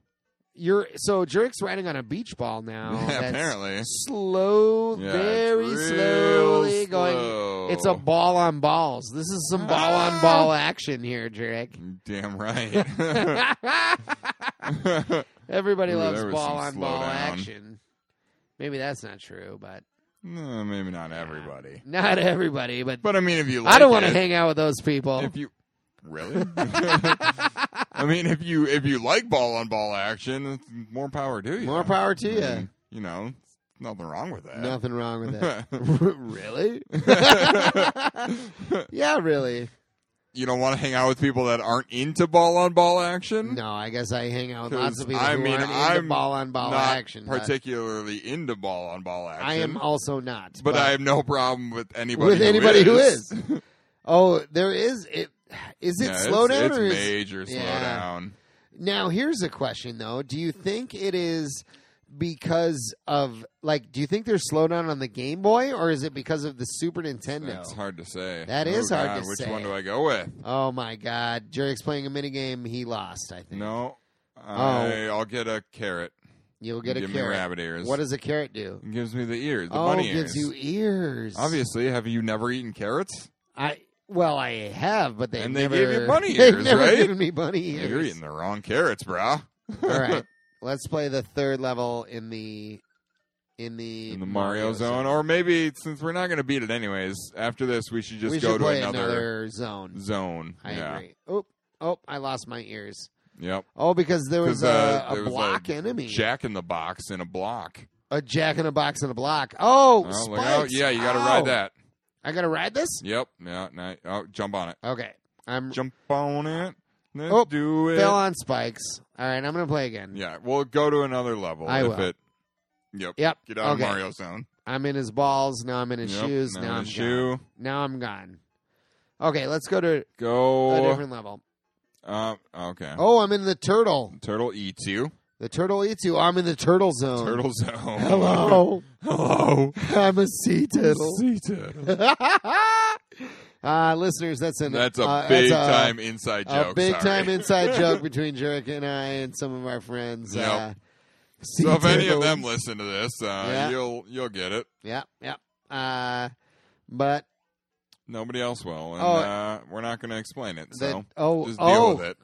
Speaker 1: You're so Jurik's riding on a beach ball now.
Speaker 2: yeah,
Speaker 1: that's
Speaker 2: apparently.
Speaker 1: slow,
Speaker 2: Yeah,
Speaker 1: very
Speaker 2: it's real
Speaker 1: slowly going.
Speaker 2: slow. Ah!
Speaker 1: It's a ball on balls. This is some ball on ball action here, Jurik.
Speaker 2: Damn right.
Speaker 1: Everybody
Speaker 2: Ooh,
Speaker 1: loves
Speaker 2: there was
Speaker 1: ball on
Speaker 2: some
Speaker 1: ball
Speaker 2: slowdown.
Speaker 1: action. Maybe that's not true, but
Speaker 2: no, maybe not everybody.
Speaker 1: not everybody. But,
Speaker 2: But I mean, if you, like
Speaker 1: I don't want to
Speaker 2: it,
Speaker 1: hang out with those people.
Speaker 2: If you really, I mean, if you if you like ball on ball action, more power to you. Mm.
Speaker 1: More power to
Speaker 2: I
Speaker 1: you.
Speaker 2: mean, you know, nothing wrong with that.
Speaker 1: Nothing wrong with that. really? yeah, really.
Speaker 2: you don't want to hang out with people that aren't into ball on ball action.
Speaker 1: No, I guess I hang out with
Speaker 2: 'Cause,
Speaker 1: lots of people
Speaker 2: I
Speaker 1: who
Speaker 2: mean,
Speaker 1: aren't into
Speaker 2: I'm
Speaker 1: ball on ball
Speaker 2: Not
Speaker 1: action. but
Speaker 2: particularly into ball on ball action.
Speaker 1: I am also not.
Speaker 2: but I have no problem with anybody
Speaker 1: with
Speaker 2: who
Speaker 1: anybody who
Speaker 2: is.
Speaker 1: is. Oh, there is it. Is it
Speaker 2: Yeah, it's-
Speaker 1: slow down
Speaker 2: It's
Speaker 1: or is
Speaker 2: major
Speaker 1: Yeah.
Speaker 2: slowdown.
Speaker 1: Now, here's a question though. Do you think it is because of like do you think there's slowdown on the Game Boy or is it because of the Super Nintendo?
Speaker 2: That's hard to say.
Speaker 1: That is
Speaker 2: oh,
Speaker 1: hard
Speaker 2: God,
Speaker 1: to
Speaker 2: which
Speaker 1: say.
Speaker 2: one do I go with?
Speaker 1: Oh my god. Jerry's playing a minigame, he lost, I think.
Speaker 2: No. I, I'll get a carrot.
Speaker 1: You'll get
Speaker 2: Give
Speaker 1: a
Speaker 2: me
Speaker 1: carrot.
Speaker 2: rabbit ears.
Speaker 1: What does a carrot do?
Speaker 2: It gives me the ears, the
Speaker 1: oh,
Speaker 2: bunny
Speaker 1: gives
Speaker 2: ears.
Speaker 1: you ears.
Speaker 2: Obviously, have you never eaten carrots?
Speaker 1: I well, I have, but they
Speaker 2: And they
Speaker 1: never,
Speaker 2: gave you bunny
Speaker 1: they've
Speaker 2: ears,
Speaker 1: never
Speaker 2: right?
Speaker 1: given me bunny ears.
Speaker 2: You're eating the wrong carrots, brah.
Speaker 1: All right, let's play the third level in the in the
Speaker 2: In the Mario, zone. or maybe since we're not going to beat it anyways, after this we should just
Speaker 1: we
Speaker 2: go
Speaker 1: should
Speaker 2: to
Speaker 1: play
Speaker 2: another,
Speaker 1: zone.
Speaker 2: zone.
Speaker 1: I
Speaker 2: yeah.
Speaker 1: agree. Oh, oh, I lost my ears.
Speaker 2: Yep.
Speaker 1: Oh, because there was
Speaker 2: 'Cause,
Speaker 1: a,
Speaker 2: uh,
Speaker 1: a
Speaker 2: there was a
Speaker 1: block enemy,
Speaker 2: Jack in the box in a block.
Speaker 1: a jack in a box and a block. Oh,
Speaker 2: Oh, look out.
Speaker 1: spikes.
Speaker 2: Yeah, you got to
Speaker 1: Ow.
Speaker 2: ride that.
Speaker 1: I gotta ride this.
Speaker 2: Yep. Yeah. Now, oh, jump on it.
Speaker 1: Okay, I'm
Speaker 2: Jump on it. Let's
Speaker 1: Oh,
Speaker 2: do it.
Speaker 1: fell on spikes. All right, I'm gonna play again.
Speaker 2: Yeah, we'll go to another level.
Speaker 1: I
Speaker 2: if
Speaker 1: will.
Speaker 2: It, yep.
Speaker 1: Yep.
Speaker 2: Get out
Speaker 1: Okay.
Speaker 2: of Mario Zone.
Speaker 1: I'm in his balls. Now I'm in his
Speaker 2: Yep,
Speaker 1: shoes.
Speaker 2: now
Speaker 1: Now,
Speaker 2: in
Speaker 1: I'm
Speaker 2: his
Speaker 1: gone.
Speaker 2: shoe.
Speaker 1: Now I'm gone. Okay, let's go to a
Speaker 2: Go.
Speaker 1: different level.
Speaker 2: Uh, okay.
Speaker 1: Oh, I'm in the turtle.
Speaker 2: Turtle eats you.
Speaker 1: The turtle eats you. I'm in the turtle zone.
Speaker 2: Turtle Zone.
Speaker 1: Oh. Hello.
Speaker 2: Hello.
Speaker 1: I'm a sea turtle.
Speaker 2: Sea turtle.
Speaker 1: uh, listeners, that's an
Speaker 2: That's a
Speaker 1: uh,
Speaker 2: big
Speaker 1: that's a-
Speaker 2: time inside
Speaker 1: a
Speaker 2: joke.
Speaker 1: big
Speaker 2: sorry.
Speaker 1: time inside joke between Jerick and I and some of our friends.
Speaker 2: Yep.
Speaker 1: Uh, sea
Speaker 2: So if any of
Speaker 1: turtles.
Speaker 2: them listen to this, uh,
Speaker 1: Yeah.
Speaker 2: you'll you'll get it.
Speaker 1: Yep, yep. Uh, but
Speaker 2: Nobody else will, and
Speaker 1: Oh.
Speaker 2: uh, we're not going to explain it.
Speaker 1: that,
Speaker 2: So
Speaker 1: oh,
Speaker 2: just deal
Speaker 1: oh,
Speaker 2: with it.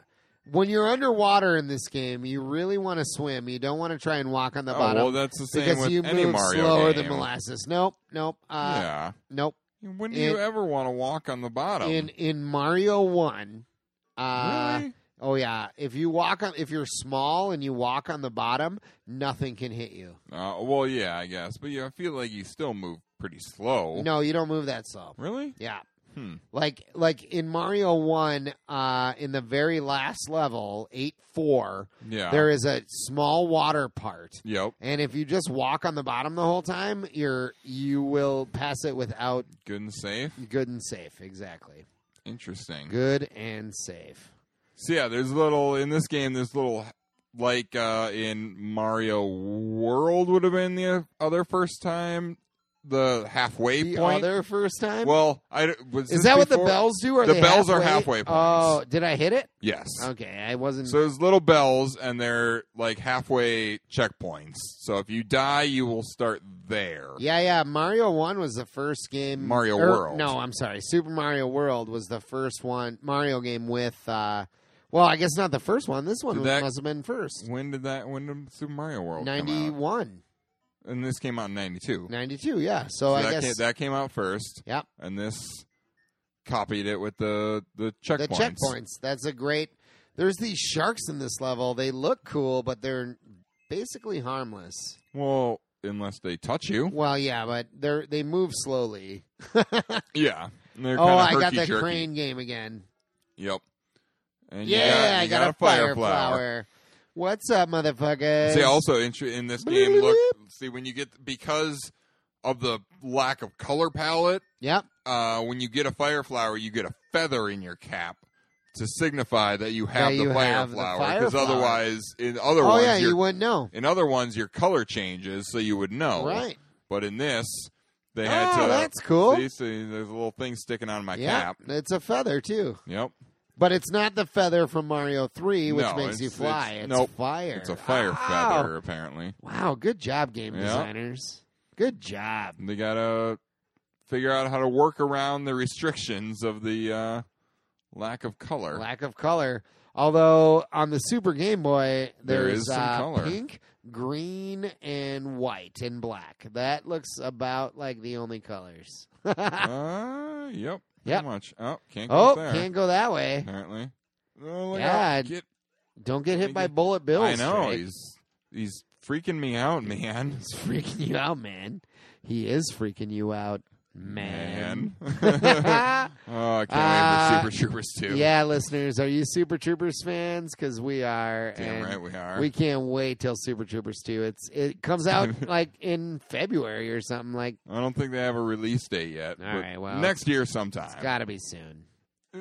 Speaker 1: when you're underwater in this game, you really want to swim. You don't want to try and walk on the
Speaker 2: Oh,
Speaker 1: bottom
Speaker 2: well, that's the same
Speaker 1: because
Speaker 2: with
Speaker 1: you
Speaker 2: any
Speaker 1: move
Speaker 2: Mario
Speaker 1: slower
Speaker 2: game.
Speaker 1: than molasses. Nope, nope, uh,
Speaker 2: yeah.
Speaker 1: nope.
Speaker 2: When do
Speaker 1: in-
Speaker 2: you ever want to walk on the bottom?
Speaker 1: In in Mario One, uh,
Speaker 2: really?
Speaker 1: oh yeah, if you walk on, if you're small and you walk on the bottom, nothing can hit you.
Speaker 2: Uh, well, yeah, I guess, but yeah, I feel like you still move pretty slow.
Speaker 1: No, you don't move that slow.
Speaker 2: Really?
Speaker 1: Yeah.
Speaker 2: Oh. Hmm.
Speaker 1: Like like in Mario One, uh, in the very last level, eight four,
Speaker 2: Yeah.
Speaker 1: there is a small water part.
Speaker 2: Yep.
Speaker 1: And if you just walk on the bottom the whole time, you're you will pass it without
Speaker 2: Good and safe.
Speaker 1: good and safe. Exactly.
Speaker 2: Interesting.
Speaker 1: Good and safe.
Speaker 2: So yeah, there's little in this game. There's little like uh, in Mario World would have been the other first time the halfway
Speaker 1: The
Speaker 2: point.
Speaker 1: other first time?
Speaker 2: Well, I d- was
Speaker 1: is
Speaker 2: this
Speaker 1: that what the
Speaker 2: before?
Speaker 1: bells do? Are
Speaker 2: The
Speaker 1: they
Speaker 2: bells are halfway points.
Speaker 1: Oh, did I hit it?
Speaker 2: Yes.
Speaker 1: Okay, I wasn't.
Speaker 2: So there's little bells, and they're like halfway checkpoints. So if you die, you will start there.
Speaker 1: yeah, yeah. Mario One was the first game.
Speaker 2: Mario
Speaker 1: er,
Speaker 2: World.
Speaker 1: No, I'm sorry. Super Mario World was the first one Mario game with. uh Well, I guess not the first one. This one
Speaker 2: Did that-
Speaker 1: must have been first.
Speaker 2: When did that? When did Super Mario World come out?
Speaker 1: 91,
Speaker 2: And this came out in '92.
Speaker 1: 92, Yeah. So, I
Speaker 2: that,
Speaker 1: guess
Speaker 2: came, that came out first.
Speaker 1: Yep.
Speaker 2: And this copied it with the the checkpoints.
Speaker 1: the checkpoints. That's a great. There's these sharks in this level. They look cool, but they're basically harmless.
Speaker 2: Well, unless they touch you.
Speaker 1: Well, yeah, but they're they move slowly.
Speaker 2: Yeah. They're
Speaker 1: oh,
Speaker 2: kinda
Speaker 1: I got the
Speaker 2: herky-jerky.
Speaker 1: crane game again.
Speaker 2: Yep. And you
Speaker 1: yeah,
Speaker 2: got-
Speaker 1: I
Speaker 2: you
Speaker 1: got, a fire flower. What's up, motherfucker?
Speaker 2: See, also in, in this game, look, see when you get because of the lack of color palette,
Speaker 1: yep.
Speaker 2: uh, when you get a fire flower, you get a feather in your cap to signify that you have
Speaker 1: That
Speaker 2: the
Speaker 1: you
Speaker 2: fire
Speaker 1: have the
Speaker 2: flower.
Speaker 1: fire
Speaker 2: Because
Speaker 1: flower.
Speaker 2: otherwise, in other
Speaker 1: Oh
Speaker 2: ones,
Speaker 1: yeah,
Speaker 2: your
Speaker 1: you wouldn't know,
Speaker 2: In other ones, your color changes, so you would know.
Speaker 1: right?
Speaker 2: But in this, Oh, They had
Speaker 1: Oh,
Speaker 2: to. uh,
Speaker 1: that's cool.
Speaker 2: See, see, there's a little thing sticking on my
Speaker 1: Yeah,
Speaker 2: cap.
Speaker 1: it's a feather too,
Speaker 2: Yep.
Speaker 1: but it's not the feather from Mario Three, which
Speaker 2: No,
Speaker 1: makes you
Speaker 2: it's-
Speaker 1: fly.
Speaker 2: it's-
Speaker 1: It's,
Speaker 2: nope.
Speaker 1: fire.
Speaker 2: It's a fire
Speaker 1: Wow.
Speaker 2: feather, apparently.
Speaker 1: Wow, good job, game
Speaker 2: Yeah.
Speaker 1: designers. Good job.
Speaker 2: They gotta figure out how to work around the restrictions of the uh, lack of color.
Speaker 1: Lack of color. Although on the Super Game Boy,
Speaker 2: There
Speaker 1: there's
Speaker 2: is some
Speaker 1: uh,
Speaker 2: color.
Speaker 1: pink, green, and white and black. That looks about like the only colors.
Speaker 2: uh, yep. Pretty
Speaker 1: Yep.
Speaker 2: much. Oh, can't go
Speaker 1: oh,
Speaker 2: there.
Speaker 1: can't go that way.
Speaker 2: Apparently. Oh, look
Speaker 1: Yeah,
Speaker 2: out.
Speaker 1: I'd-
Speaker 2: Get-
Speaker 1: Don't get hit by
Speaker 2: Thank you.
Speaker 1: bullet bills.
Speaker 2: I know
Speaker 1: Drake.
Speaker 2: he's he's freaking me out, man.
Speaker 1: He's freaking you out, man. He is freaking you out, man.
Speaker 2: oh, I can't
Speaker 1: Uh,
Speaker 2: wait for Super Troopers two.
Speaker 1: yeah, listeners, are you Super Troopers fans? Because we are.
Speaker 2: Damn
Speaker 1: and
Speaker 2: right we are.
Speaker 1: We can't wait till Super Troopers 2. It's it comes out like in February or something. Like
Speaker 2: I don't think they have a release date yet.
Speaker 1: All
Speaker 2: but
Speaker 1: right, well,
Speaker 2: next year sometime.
Speaker 1: it's got to be soon.
Speaker 2: Uh,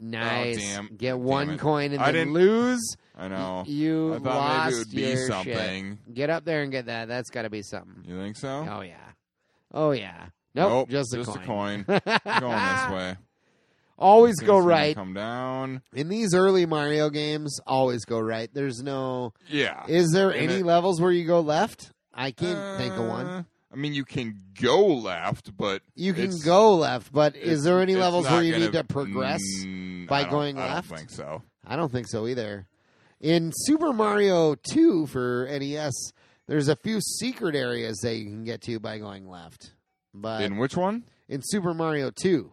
Speaker 1: Nice.
Speaker 2: damn.
Speaker 1: Get one
Speaker 2: it.
Speaker 1: coin and
Speaker 2: I
Speaker 1: then
Speaker 2: didn't-
Speaker 1: lose.
Speaker 2: I know.
Speaker 1: You
Speaker 2: I thought
Speaker 1: lost
Speaker 2: maybe it would be
Speaker 1: your shit.
Speaker 2: something.
Speaker 1: Get up there and get that. That's got to be something.
Speaker 2: You think so?
Speaker 1: Oh yeah. Oh yeah. Nope. just a coin.
Speaker 2: We're going this way.
Speaker 1: always
Speaker 2: Things
Speaker 1: go
Speaker 2: gonna
Speaker 1: right
Speaker 2: Come down.
Speaker 1: in these early Mario games. Always go right. There's no.
Speaker 2: Yeah.
Speaker 1: Is there
Speaker 2: And
Speaker 1: any
Speaker 2: Ah, it-
Speaker 1: levels where you go left? I can't think of one.
Speaker 2: Uh, I mean, you can go left, but
Speaker 1: You can
Speaker 2: it's-
Speaker 1: go left, but
Speaker 2: it's-
Speaker 1: is there any
Speaker 2: it's
Speaker 1: levels where
Speaker 2: not
Speaker 1: you
Speaker 2: gonna-
Speaker 1: need to progress?
Speaker 2: Mm,
Speaker 1: by
Speaker 2: I don't-
Speaker 1: going
Speaker 2: I
Speaker 1: left?
Speaker 2: don't think so.
Speaker 1: I don't think so either. In Super Mario 2 for NES, there's a few secret areas that you can get to by going left. But in,
Speaker 2: In which one
Speaker 1: Super Mario 2,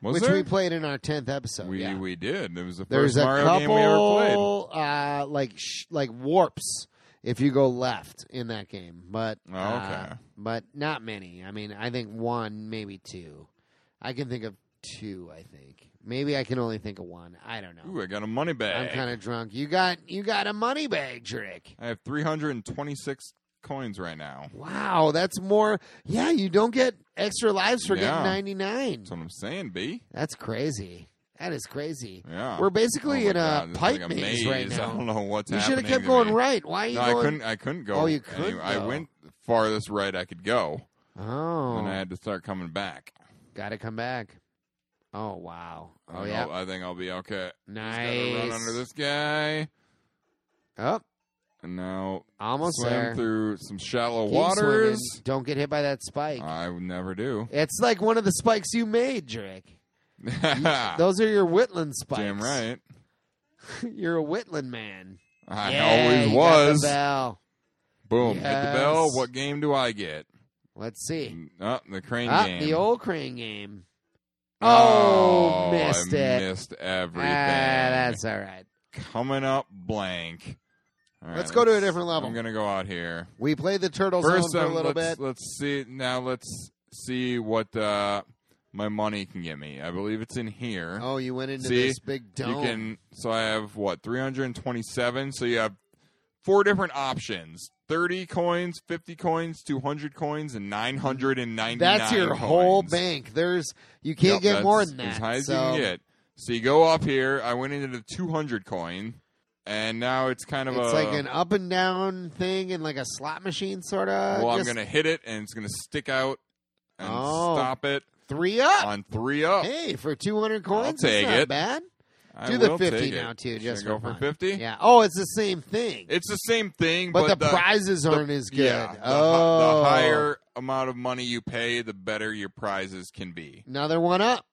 Speaker 2: was
Speaker 1: which
Speaker 2: there?
Speaker 1: we played in our 10th episode,
Speaker 2: we,
Speaker 1: yeah.
Speaker 2: we did. It was the
Speaker 1: there's
Speaker 2: first
Speaker 1: a
Speaker 2: Mario game we ever played.
Speaker 1: couple uh, like sh- like warps if you go left in that game, but
Speaker 2: Oh,
Speaker 1: uh,
Speaker 2: okay.
Speaker 1: but not many. I mean, I think one, maybe two. I can think of two. I think maybe I can only think of one. I don't know.
Speaker 2: Ooh, I got a money
Speaker 1: I'm
Speaker 2: bag.
Speaker 1: kind of drunk. You got you got a money bag trick.
Speaker 2: I have 326 coins right now.
Speaker 1: Wow, that's more. Yeah, you don't get extra lives for
Speaker 2: Yeah.
Speaker 1: getting 99.
Speaker 2: That's what I'm saying, B.
Speaker 1: That's crazy. That is crazy.
Speaker 2: Yeah.
Speaker 1: We're
Speaker 2: Oh my
Speaker 1: basically in
Speaker 2: God,
Speaker 1: a
Speaker 2: it's
Speaker 1: pipe
Speaker 2: like a
Speaker 1: maze, right
Speaker 2: I don't
Speaker 1: now.
Speaker 2: know what's
Speaker 1: You should
Speaker 2: happening.
Speaker 1: have kept
Speaker 2: to
Speaker 1: going
Speaker 2: me.
Speaker 1: right. Why are you
Speaker 2: No,
Speaker 1: going?
Speaker 2: I couldn't. I couldn't go.
Speaker 1: Oh, you
Speaker 2: any-
Speaker 1: couldn't
Speaker 2: I
Speaker 1: go.
Speaker 2: went the farthest right I could go, and I
Speaker 1: Oh,
Speaker 2: had to start coming back.
Speaker 1: got to come back. Oh wow.
Speaker 2: I
Speaker 1: Oh
Speaker 2: don't
Speaker 1: yeah.
Speaker 2: know, I think I'll be okay. Just gotta run
Speaker 1: Nice.
Speaker 2: under this guy,
Speaker 1: Oh,
Speaker 2: and now
Speaker 1: almost
Speaker 2: swim
Speaker 1: there.
Speaker 2: through some shallow
Speaker 1: Keep
Speaker 2: waters. Uh,
Speaker 1: swimming. Don't get hit by that spike.
Speaker 2: I would never do.
Speaker 1: it's like one of the spikes you made, Drake.
Speaker 2: Damn
Speaker 1: Those are your Whitland spikes.
Speaker 2: uh, right.
Speaker 1: You're a Whitland man.
Speaker 2: I
Speaker 1: Yeah,
Speaker 2: always
Speaker 1: you got
Speaker 2: was.
Speaker 1: the bell.
Speaker 2: Boom! Hit the bell.
Speaker 1: Yes.
Speaker 2: What game do I get?
Speaker 1: Let's see.
Speaker 2: Oh, the crane
Speaker 1: Ah,
Speaker 2: game.
Speaker 1: the old crane game. Oh,
Speaker 2: Oh,
Speaker 1: missed
Speaker 2: I
Speaker 1: it.
Speaker 2: Missed everything.
Speaker 1: Ah, that's all right.
Speaker 2: coming up blank. All
Speaker 1: Let's go to a different level.
Speaker 2: I'm gonna go out here
Speaker 1: We played the turtles
Speaker 2: first.
Speaker 1: for a
Speaker 2: um,
Speaker 1: little
Speaker 2: let's,
Speaker 1: bit.
Speaker 2: let's see now. Let's see what uh, my money can get me. I believe it's in here.
Speaker 1: Oh, you went into
Speaker 2: See,
Speaker 1: this big
Speaker 2: you
Speaker 1: dome.
Speaker 2: can. So I have what 327. So you have four different options: 30 coins, 50 coins, 200 coins, and 999.
Speaker 1: that's your whole
Speaker 2: coins.
Speaker 1: bank. There's you can't
Speaker 2: Yep,
Speaker 1: get more
Speaker 2: that's
Speaker 1: than that.
Speaker 2: As high as
Speaker 1: so
Speaker 2: you can get. So you go up here. I went into the 200 coin, and now it's kind of
Speaker 1: It's
Speaker 2: a
Speaker 1: like an up and down thing and like a slot machine sort of.
Speaker 2: well, I'm gonna hit it, and it's gonna stick out and
Speaker 1: Oh.
Speaker 2: stop it
Speaker 1: three up.
Speaker 2: on three up.
Speaker 1: Hey, for 200 coins, that's
Speaker 2: Oh. take
Speaker 1: not
Speaker 2: it.
Speaker 1: bad.
Speaker 2: I
Speaker 1: Do the
Speaker 2: will
Speaker 1: 50
Speaker 2: take it.
Speaker 1: now too,
Speaker 2: Should
Speaker 1: just
Speaker 2: I go
Speaker 1: for
Speaker 2: for
Speaker 1: fun.
Speaker 2: 50.
Speaker 1: Yeah. Oh, it's the same thing.
Speaker 2: It's the same thing,
Speaker 1: but,
Speaker 2: but,
Speaker 1: the, prizes aren't as good.
Speaker 2: Yeah, the, hi-
Speaker 1: oh,
Speaker 2: the higher amount of money you pay, the better your prizes can be.
Speaker 1: another one up.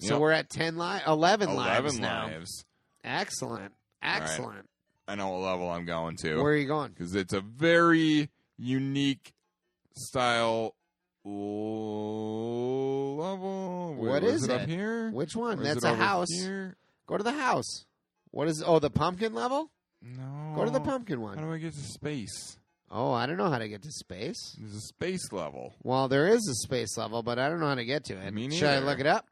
Speaker 1: So
Speaker 2: Yep.
Speaker 1: we're at 10 li- 11, lives
Speaker 2: Eleven
Speaker 1: now.
Speaker 2: lives.
Speaker 1: Excellent.
Speaker 2: right.
Speaker 1: Excellent.
Speaker 2: I know what level I'm going to.
Speaker 1: Where are you going?
Speaker 2: because it's a very unique style l- level. Wait,
Speaker 1: What
Speaker 2: was
Speaker 1: is
Speaker 2: it up
Speaker 1: it?
Speaker 2: here?
Speaker 1: Which
Speaker 2: Or
Speaker 1: one?
Speaker 2: is
Speaker 1: That's
Speaker 2: it
Speaker 1: a
Speaker 2: over
Speaker 1: house.
Speaker 2: here?
Speaker 1: Go to the house. What is Oh, the pumpkin level?
Speaker 2: No.
Speaker 1: Go to the pumpkin
Speaker 2: How
Speaker 1: one.
Speaker 2: do Oh, I get to space?
Speaker 1: Oh, I don't know how to get to space.
Speaker 2: There's a space level.
Speaker 1: Well, there is a space level, but I don't know how to get to it.
Speaker 2: Me
Speaker 1: Should I
Speaker 2: neither.
Speaker 1: look it up?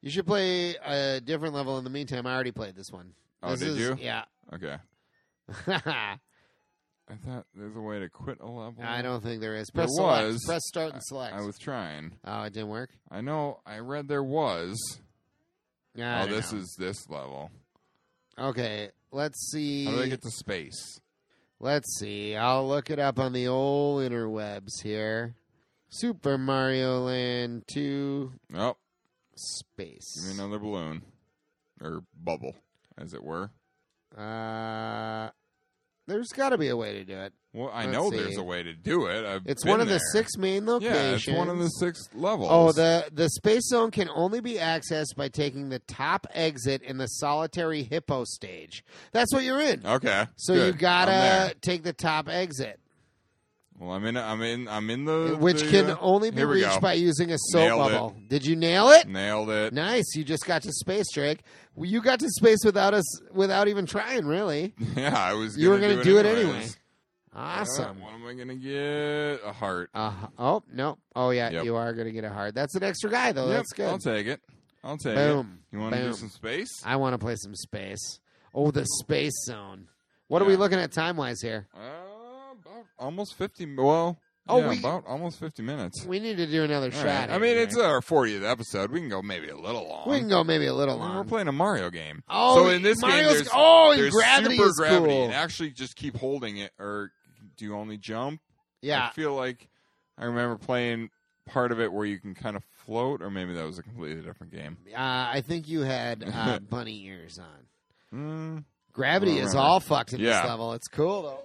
Speaker 1: You should play a different level in the meantime. I already played this one.
Speaker 2: Oh,
Speaker 1: This
Speaker 2: did
Speaker 1: is-
Speaker 2: you?
Speaker 1: Yeah.
Speaker 2: Okay.
Speaker 1: I
Speaker 2: I thought there's a way to quit a level.
Speaker 1: don't think there is.
Speaker 2: There
Speaker 1: Press select.
Speaker 2: was.
Speaker 1: Press start and select.
Speaker 2: I was trying.
Speaker 1: oh, it didn't work.
Speaker 2: I know. I read there was.
Speaker 1: I
Speaker 2: oh,
Speaker 1: don't
Speaker 2: this
Speaker 1: know.
Speaker 2: is this level.
Speaker 1: okay. Let's see.
Speaker 2: How do I get to space?
Speaker 1: Let's see. I'll look it up on the old interwebs here. Super Mario Land 2
Speaker 2: Oh,
Speaker 1: Space.
Speaker 2: give me another balloon or bubble, as it were.
Speaker 1: Uh, there's got to be a way to do it.
Speaker 2: Well, I
Speaker 1: Let's
Speaker 2: know
Speaker 1: see.
Speaker 2: there's a way to do it. I've
Speaker 1: It's
Speaker 2: been
Speaker 1: one of the
Speaker 2: there.
Speaker 1: six main locations.
Speaker 2: Yeah, it's one of the six levels.
Speaker 1: Oh, the the space zone can only be accessed by taking the top exit in the solitary hippo stage. That's what you're in.
Speaker 2: okay.
Speaker 1: So
Speaker 2: good.
Speaker 1: you
Speaker 2: I'm
Speaker 1: gotta
Speaker 2: there.
Speaker 1: take the top exit,
Speaker 2: Well, I'm in. I'm in. I'm in the
Speaker 1: which
Speaker 2: the,
Speaker 1: can
Speaker 2: uh,
Speaker 1: only be
Speaker 2: here we
Speaker 1: reached
Speaker 2: go.
Speaker 1: by using a soap
Speaker 2: Nailed it.
Speaker 1: bubble. Did you nail it?
Speaker 2: nailed it.
Speaker 1: Nice. You just got to space, Drake. Well, you got to space without us, without even trying, really.
Speaker 2: Yeah, I was.
Speaker 1: You were
Speaker 2: gonna
Speaker 1: gonna
Speaker 2: do it
Speaker 1: do it anyway.
Speaker 2: anyways. Yeah,
Speaker 1: Awesome.
Speaker 2: What am I gonna get? A heart.
Speaker 1: Uh, oh no! Oh yeah,
Speaker 2: Yep.
Speaker 1: you are gonna get a hard. That's an extra guy though.
Speaker 2: Yep,
Speaker 1: Oh, That's good.
Speaker 2: I'll take it. I'll take
Speaker 1: Boom.
Speaker 2: it. You want to do
Speaker 1: Boom.
Speaker 2: some space?
Speaker 1: I want to play some space. Oh, the space zone. What are we
Speaker 2: Yeah.
Speaker 1: looking at time wise here?
Speaker 2: Uh, about almost fifty. Well,
Speaker 1: Oh,
Speaker 2: yeah,
Speaker 1: we-
Speaker 2: about almost fifty minutes.
Speaker 1: We need to do another
Speaker 2: All
Speaker 1: shot.
Speaker 2: right. I
Speaker 1: here,
Speaker 2: mean, it's
Speaker 1: Drake.
Speaker 2: our fortieth episode. We can go maybe a little long.
Speaker 1: we can go maybe a little
Speaker 2: I mean, We're
Speaker 1: long.
Speaker 2: playing a Mario game.
Speaker 1: Oh,
Speaker 2: so in this
Speaker 1: Mario's-
Speaker 2: game, there's,
Speaker 1: oh, and
Speaker 2: there's
Speaker 1: gravity
Speaker 2: super
Speaker 1: is
Speaker 2: gravity,
Speaker 1: cool.
Speaker 2: and actually just keep holding it, or do you only jump?
Speaker 1: yeah,
Speaker 2: I feel like I remember playing part of it where you can kind of float, or maybe that was a completely different game.
Speaker 1: uh, I think you had uh, bunny ears on.
Speaker 2: Mm.
Speaker 1: Gravity is
Speaker 2: Remember.
Speaker 1: all fucked in
Speaker 2: Yeah.
Speaker 1: this level. It's cool though.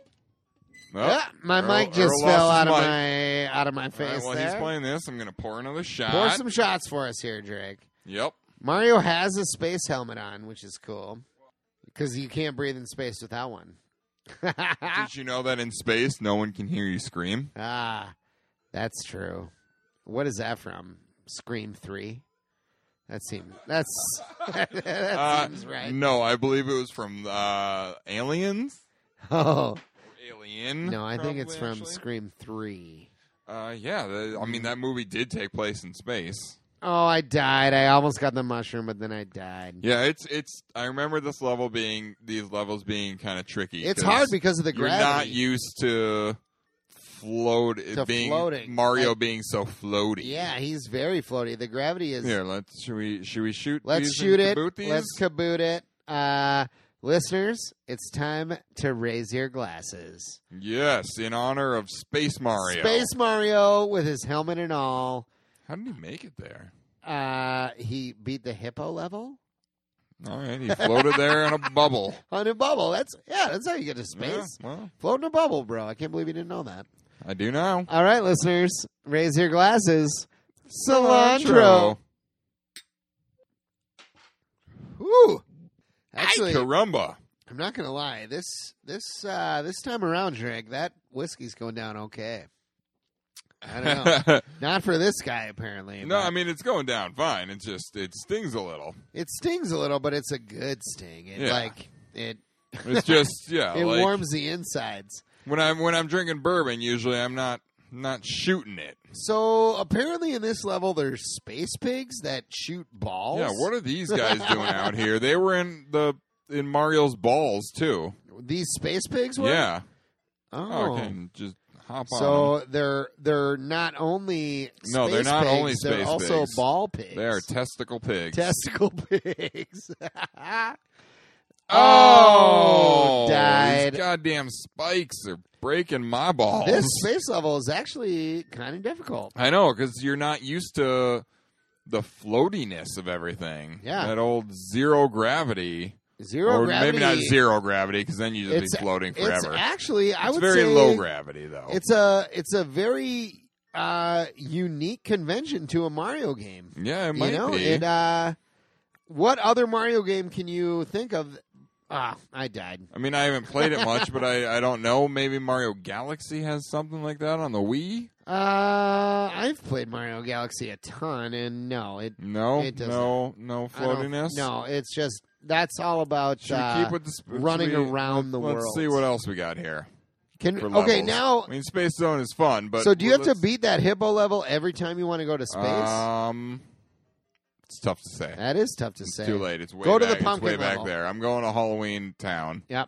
Speaker 2: Well,
Speaker 1: yeah, my
Speaker 2: Earl-
Speaker 1: mic just
Speaker 2: Earl lost
Speaker 1: fell
Speaker 2: his
Speaker 1: out of
Speaker 2: mic.
Speaker 1: my out of my
Speaker 2: all right,
Speaker 1: face
Speaker 2: while
Speaker 1: there.
Speaker 2: he's playing this, I'm gonna pour another shot.
Speaker 1: Pour some shots for us here, Drake.
Speaker 2: Yep.
Speaker 1: Mario has a space helmet on, which is cool because you can't breathe in space without one.
Speaker 2: Did you know that in space, no one can hear you scream?
Speaker 1: ah, that's true. What is that from? Scream Three. That seems that's that
Speaker 2: Uh,
Speaker 1: seems right.
Speaker 2: No, I believe it was from uh, Aliens.
Speaker 1: Oh
Speaker 2: Alien.
Speaker 1: no, I think it's
Speaker 2: probably,
Speaker 1: from Hmm.
Speaker 2: actually.
Speaker 1: Scream Three.
Speaker 2: Uh, yeah, the, I mean that movie did take place in space.
Speaker 1: Oh, I died. I almost got the mushroom, but then I died.
Speaker 2: Yeah, it's it's. I remember this level being these levels being kind of tricky.
Speaker 1: It's
Speaker 2: 'cause
Speaker 1: hard because of the
Speaker 2: you're
Speaker 1: gravity.
Speaker 2: not used to float it
Speaker 1: To
Speaker 2: being
Speaker 1: floating,
Speaker 2: Mario
Speaker 1: like-
Speaker 2: being so floaty.
Speaker 1: yeah, he's very floaty. The gravity is
Speaker 2: Here, let's should we should we shoot?
Speaker 1: Let's
Speaker 2: these and
Speaker 1: shoot it.
Speaker 2: kaboot these?
Speaker 1: Let's kaboot it. Uh, listeners, it's time to raise your glasses.
Speaker 2: yes, in honor of Space Mario.
Speaker 1: Space Mario with his helmet and all.
Speaker 2: How did he make it there?
Speaker 1: Uh, he beat the hippo level
Speaker 2: All right, he floated there in a bubble.
Speaker 1: on a bubble. That's yeah. That's how you get to space.
Speaker 2: Yeah, well,
Speaker 1: Float in a bubble, bro. I can't believe you didn't know that.
Speaker 2: I do now.
Speaker 1: All right, listeners, raise your glasses. Cilantro.
Speaker 2: Cilantro.
Speaker 1: Ooh. Actually,
Speaker 2: Caramba.
Speaker 1: I'm not gonna lie. This this uh, this time around, Drake, that whiskey's going down okay. I don't know. Not for this guy, apparently.
Speaker 2: No,
Speaker 1: but
Speaker 2: I mean it's going down fine. It's just it stings a little.
Speaker 1: it stings a little, but it's a good sting. It
Speaker 2: Yeah.
Speaker 1: like it
Speaker 2: It's just yeah.
Speaker 1: it
Speaker 2: like,
Speaker 1: warms the insides.
Speaker 2: when I'm when I'm drinking bourbon. Usually I'm not not shooting it.
Speaker 1: So apparently, in this level, there's space pigs that shoot balls.
Speaker 2: Yeah, what are these guys doing out here? They were in the in Mario's balls too.
Speaker 1: these space pigs? Were?
Speaker 2: Yeah.
Speaker 1: Oh.
Speaker 2: Oh, okay. Just hop on.
Speaker 1: So they're they're not only
Speaker 2: No, they're
Speaker 1: space
Speaker 2: not
Speaker 1: pigs,
Speaker 2: only
Speaker 1: they're
Speaker 2: space
Speaker 1: also
Speaker 2: pigs.
Speaker 1: ball pigs.
Speaker 2: They are testicle pigs.
Speaker 1: testicle pigs.
Speaker 2: oh,
Speaker 1: Oh, died.
Speaker 2: These goddamn spikes are breaking my balls.
Speaker 1: This space level is actually kind of difficult.
Speaker 2: I know, because you're not used to the floatiness of everything.
Speaker 1: Yeah.
Speaker 2: That old zero gravity.
Speaker 1: Zero
Speaker 2: or
Speaker 1: gravity.
Speaker 2: maybe not zero gravity, because then you'd just
Speaker 1: It's-
Speaker 2: be floating
Speaker 1: It's
Speaker 2: forever.
Speaker 1: actually I
Speaker 2: It's
Speaker 1: would
Speaker 2: very
Speaker 1: say
Speaker 2: low gravity, though.
Speaker 1: It's a it's a very uh, unique convention to a Mario game.
Speaker 2: yeah, it might
Speaker 1: you know,
Speaker 2: be.
Speaker 1: and uh, what other Mario game can you think of? Ah, I died.
Speaker 2: I mean, I haven't played it much, but I, I don't know. Maybe Mario Galaxy has something like that on the Wii.
Speaker 1: Uh, I've played Mario Galaxy a ton, and no, it
Speaker 2: No,
Speaker 1: It doesn't.
Speaker 2: no, no
Speaker 1: I don't-
Speaker 2: floatiness.
Speaker 1: No, it's just that's all about
Speaker 2: Should
Speaker 1: uh,
Speaker 2: we keep with the sp-
Speaker 1: running
Speaker 2: should we-
Speaker 1: around the
Speaker 2: let's
Speaker 1: world.
Speaker 2: see what else we got here.
Speaker 1: Can,
Speaker 2: for
Speaker 1: okay,
Speaker 2: levels.
Speaker 1: now
Speaker 2: I mean, Space Zone is fun, but
Speaker 1: so do you have to
Speaker 2: let's-
Speaker 1: beat that hippo level every time you want to go to space?
Speaker 2: Um, it's tough to say.
Speaker 1: that is tough to
Speaker 2: It's
Speaker 1: say.
Speaker 2: too late. It's way
Speaker 1: Go to
Speaker 2: back.
Speaker 1: the
Speaker 2: it's
Speaker 1: pumpkin
Speaker 2: way
Speaker 1: level.
Speaker 2: back there. I'm going to Halloween Town.
Speaker 1: Yep.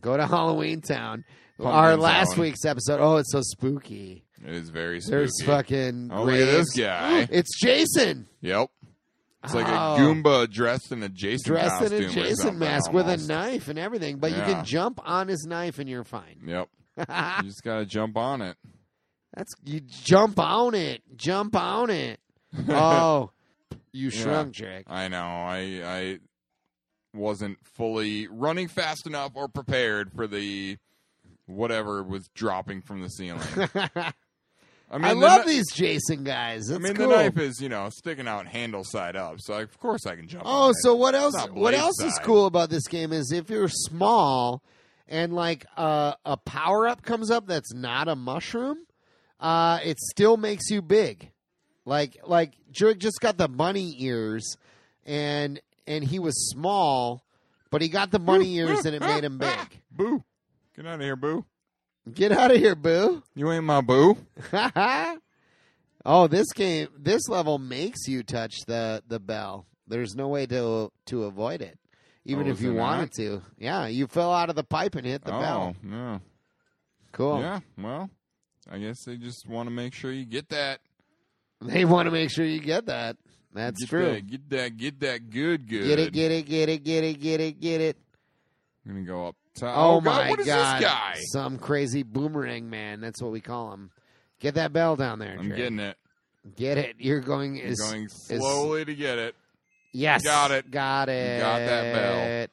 Speaker 1: Go to Halloween Town.
Speaker 2: Pumpkin
Speaker 1: Our last
Speaker 2: Town.
Speaker 1: week's episode. Oh, it's so spooky.
Speaker 2: It is very spooky.
Speaker 1: There's fucking
Speaker 2: Oh, look at this
Speaker 1: graves.
Speaker 2: guy.
Speaker 1: It's Jason.
Speaker 2: Yep. It's like
Speaker 1: Oh.
Speaker 2: a Goomba dressed in a Jason
Speaker 1: dressed in
Speaker 2: costume
Speaker 1: a
Speaker 2: or
Speaker 1: Jason
Speaker 2: something
Speaker 1: mask with a
Speaker 2: almost.
Speaker 1: knife and everything, but you
Speaker 2: Yeah.
Speaker 1: can jump on his knife and you're fine.
Speaker 2: Yep. you just gotta jump on it.
Speaker 1: That's you jump on it. Jump on it. Oh, you
Speaker 2: Yeah.
Speaker 1: shrunk, Jack.
Speaker 2: I know. I I wasn't fully running fast enough or prepared for the whatever was dropping from the ceiling.
Speaker 1: I,
Speaker 2: I mean, the
Speaker 1: love
Speaker 2: kni-
Speaker 1: these Jason guys.
Speaker 2: I
Speaker 1: That's
Speaker 2: mean,
Speaker 1: cool.
Speaker 2: the knife is you know sticking out handle side up, so I, of course I can jump. on
Speaker 1: Oh,
Speaker 2: it.
Speaker 1: so what else?
Speaker 2: not
Speaker 1: What
Speaker 2: blade
Speaker 1: else is
Speaker 2: side.
Speaker 1: cool about this game is if you're small and like uh, a power up comes up that's not a mushroom, uh, it still makes you big. Like like Jurg just got the bunny ears, and and he was small, but he got the bunny ears and it made him big.
Speaker 2: boo! Get out of here, boo!
Speaker 1: Get out of here, boo!
Speaker 2: You ain't my boo.
Speaker 1: oh, this game, this level makes you touch the the bell. There's no way to to avoid it, even
Speaker 2: Oh,
Speaker 1: if
Speaker 2: is
Speaker 1: you
Speaker 2: there
Speaker 1: wanted to. Yeah, you fell out of the pipe and hit the
Speaker 2: oh,
Speaker 1: bell.
Speaker 2: yeah,
Speaker 1: Cool.
Speaker 2: yeah. Well, I guess they just want to make sure you get that.
Speaker 1: They want to make sure you get that. That's
Speaker 2: get
Speaker 1: true.
Speaker 2: That, get that. Get that. Good. Good.
Speaker 1: Get it, get it, get it, get it, get it, get it.
Speaker 2: I'm gonna go up top.
Speaker 1: Oh,
Speaker 2: God,
Speaker 1: my
Speaker 2: what is
Speaker 1: god!
Speaker 2: this guy?
Speaker 1: Some crazy boomerang man. That's what we call him. Get that bell down there.
Speaker 2: I'm
Speaker 1: Drake.
Speaker 2: getting it.
Speaker 1: Get it. You're going.
Speaker 2: I'm
Speaker 1: as-
Speaker 2: going slowly to get it.
Speaker 1: Yes.
Speaker 2: Got it.
Speaker 1: Got it.
Speaker 2: got that bell.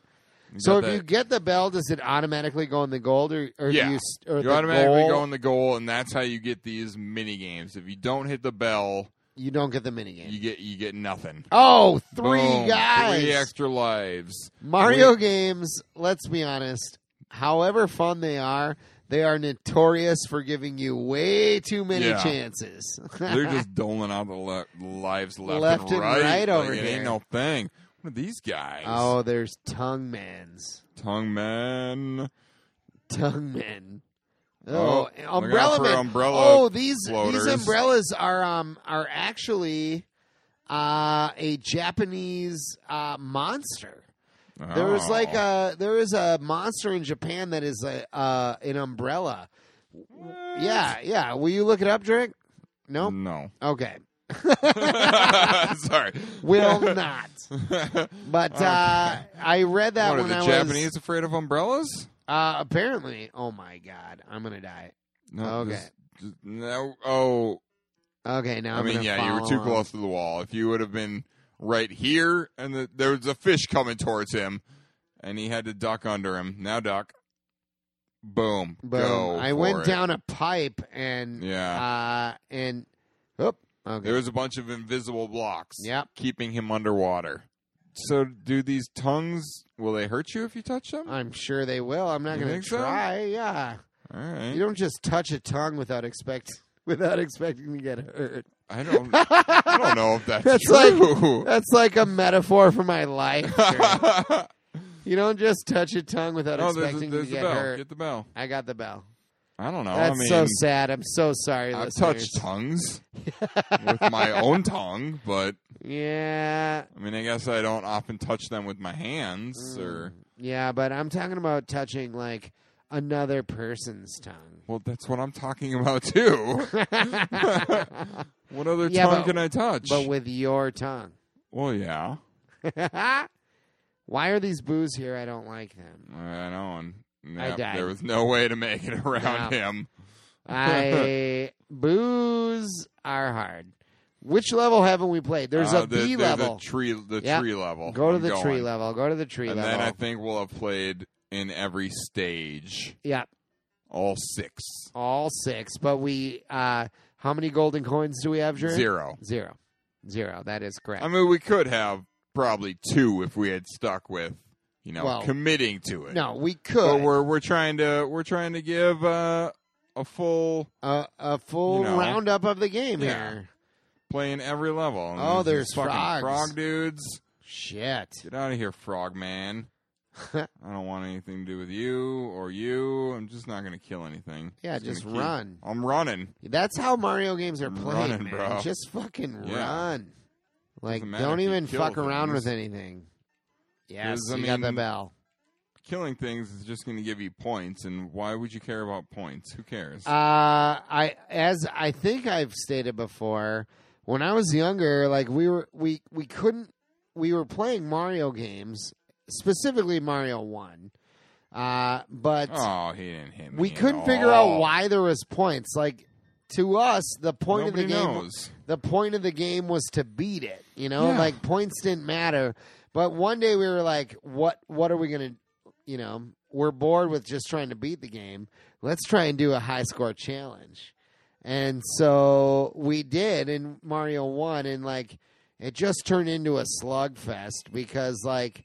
Speaker 2: You
Speaker 1: So
Speaker 2: got
Speaker 1: if
Speaker 2: that-
Speaker 1: you get the bell, does it automatically go in the gold, or, or
Speaker 2: Yeah.
Speaker 1: do you s- or
Speaker 2: you
Speaker 1: the
Speaker 2: automatically
Speaker 1: goal,
Speaker 2: go in the goal, and that's how you get these mini games. If you don't hit the bell,
Speaker 1: You don't get the minigame.
Speaker 2: you get you get nothing.
Speaker 1: oh, three
Speaker 2: Boom.
Speaker 1: guys!
Speaker 2: three extra lives.
Speaker 1: Mario games. Let's be honest. However fun they are, they are notorious for giving you way too many
Speaker 2: Yeah.
Speaker 1: chances.
Speaker 2: They're just doling out the le- lives left,
Speaker 1: Left and
Speaker 2: and right,
Speaker 1: right
Speaker 2: Like,
Speaker 1: over
Speaker 2: it
Speaker 1: here.
Speaker 2: Ain't no thing. What are these guys?
Speaker 1: oh, there's tongue mans,
Speaker 2: tongue man.
Speaker 1: tongue men.
Speaker 2: Oh,
Speaker 1: Oh,
Speaker 2: look out
Speaker 1: umbrella
Speaker 2: for
Speaker 1: men.
Speaker 2: umbrella
Speaker 1: oh, these
Speaker 2: floaters.
Speaker 1: these umbrellas are um are actually uh, a Japanese uh, monster. There
Speaker 2: Oh.
Speaker 1: was like a there is a monster in Japan that is a uh, an umbrella. Yeah, yeah. Will you look it up, Drake? No.
Speaker 2: No.
Speaker 1: Okay.
Speaker 2: Sorry.
Speaker 1: Will not.
Speaker 2: what
Speaker 1: But uh, I read that
Speaker 2: are
Speaker 1: when
Speaker 2: the
Speaker 1: I
Speaker 2: Japanese
Speaker 1: was
Speaker 2: afraid of umbrellas?
Speaker 1: uh, apparently. Oh my god, I'm gonna die.
Speaker 2: No.
Speaker 1: Okay.
Speaker 2: just- just- no. Oh.
Speaker 1: Okay, now
Speaker 2: I
Speaker 1: I'm
Speaker 2: mean,
Speaker 1: gonna
Speaker 2: yeah, you were
Speaker 1: follow
Speaker 2: too
Speaker 1: on.
Speaker 2: close to the wall. If you would have been right here, and the, there was a fish coming towards him, and he had to duck under him. Now duck. Boom.
Speaker 1: Boom.
Speaker 2: Go
Speaker 1: I
Speaker 2: for
Speaker 1: went
Speaker 2: it.
Speaker 1: down a pipe and
Speaker 2: Yeah.
Speaker 1: uh, and oop. Okay.
Speaker 2: there was a bunch of invisible blocks.
Speaker 1: Yep.
Speaker 2: Keeping him underwater. So, do these tongues? Will they hurt you if you touch them?
Speaker 1: I'm sure they will. I'm not
Speaker 2: You
Speaker 1: gonna
Speaker 2: think so?
Speaker 1: try. Yeah.
Speaker 2: All right.
Speaker 1: You don't just touch a tongue without expect without expecting to get hurt.
Speaker 2: I don't. I don't know if that's,
Speaker 1: That's like-
Speaker 2: true.
Speaker 1: That's like a metaphor for my life. Drew. you don't just touch a tongue without
Speaker 2: no, there's, a,
Speaker 1: expecting
Speaker 2: there's
Speaker 1: to
Speaker 2: a
Speaker 1: get
Speaker 2: bell.
Speaker 1: hurt.
Speaker 2: Get the bell.
Speaker 1: I got the bell.
Speaker 2: I don't know.
Speaker 1: That's
Speaker 2: I mean,
Speaker 1: so sad. I'm so sorry.
Speaker 2: I've
Speaker 1: listeners.
Speaker 2: touched tongues with my own tongue, but
Speaker 1: Yeah.
Speaker 2: I mean, I guess I don't often touch them with my hands. Or
Speaker 1: Mm. Yeah, but I'm talking about touching like another person's tongue.
Speaker 2: well, that's what I'm talking about too.
Speaker 1: but
Speaker 2: What other
Speaker 1: Yeah,
Speaker 2: tongue
Speaker 1: but-
Speaker 2: can I touch?
Speaker 1: with your tongue.
Speaker 2: well, yeah,
Speaker 1: Why are these boos here? I don't like them.
Speaker 2: I know. And
Speaker 1: I
Speaker 2: yeah,
Speaker 1: died.
Speaker 2: there was no way to make it around
Speaker 1: No.
Speaker 2: him.
Speaker 1: I boos are hard. Which level haven't we played? There's
Speaker 2: Uh,
Speaker 1: a
Speaker 2: the,
Speaker 1: B
Speaker 2: there's
Speaker 1: level.
Speaker 2: a tree, the
Speaker 1: Yeah.
Speaker 2: tree level.
Speaker 1: Go to
Speaker 2: I'm
Speaker 1: the tree
Speaker 2: going.
Speaker 1: level. Go to the tree
Speaker 2: and
Speaker 1: level.
Speaker 2: then I think we'll have played in every stage,
Speaker 1: yeah,
Speaker 2: all six,
Speaker 1: all six. But we, uh, how many golden coins do we have, Drew?
Speaker 2: zero.
Speaker 1: Zero. Zero. That is correct.
Speaker 2: I mean, we could have probably two if we had stuck with, you know,
Speaker 1: Well,
Speaker 2: committing to it.
Speaker 1: no, we
Speaker 2: but
Speaker 1: could.
Speaker 2: we're we're trying to we're trying to give uh, a full
Speaker 1: a, a full
Speaker 2: You know.
Speaker 1: roundup of the game
Speaker 2: Yeah.
Speaker 1: here.
Speaker 2: playing every level. And
Speaker 1: Oh,
Speaker 2: there's
Speaker 1: there's
Speaker 2: these fucking
Speaker 1: frogs.
Speaker 2: frog dudes.
Speaker 1: Shit.
Speaker 2: Get out of here, frog man. I don't want anything to do with you or you. I'm just not gonna kill anything.
Speaker 1: Yeah,
Speaker 2: gonna
Speaker 1: just
Speaker 2: keep-
Speaker 1: run.
Speaker 2: I'm running.
Speaker 1: That's how Mario games are played,
Speaker 2: Running,
Speaker 1: man.
Speaker 2: bro.
Speaker 1: Just fucking
Speaker 2: Yeah.
Speaker 1: run. Like,
Speaker 2: Doesn't matter
Speaker 1: don't
Speaker 2: if you
Speaker 1: even
Speaker 2: kill
Speaker 1: fuck around
Speaker 2: things.
Speaker 1: with anything. Yes,
Speaker 2: I
Speaker 1: you got the
Speaker 2: mean-
Speaker 1: bell.
Speaker 2: Killing things is just gonna give you points, and why would you care about points? Who cares?
Speaker 1: Uh, I as I think I've stated before, when I was younger, like we were we we couldn't we were playing Mario games, specifically Mario One, uh, but
Speaker 2: oh, he didn't hit me.
Speaker 1: we
Speaker 2: at
Speaker 1: couldn't figure out
Speaker 2: all.
Speaker 1: why there was points. Like to us, the point
Speaker 2: Nobody
Speaker 1: of the game
Speaker 2: knows.
Speaker 1: the point of the game was to beat it. You know,
Speaker 2: Yeah.
Speaker 1: like points didn't matter. But one day we were like, what what are we gonna you know, we're bored with just trying to beat the game. Let's try and do a high score challenge. And so we did and Mario won and like it just turned into a slugfest because like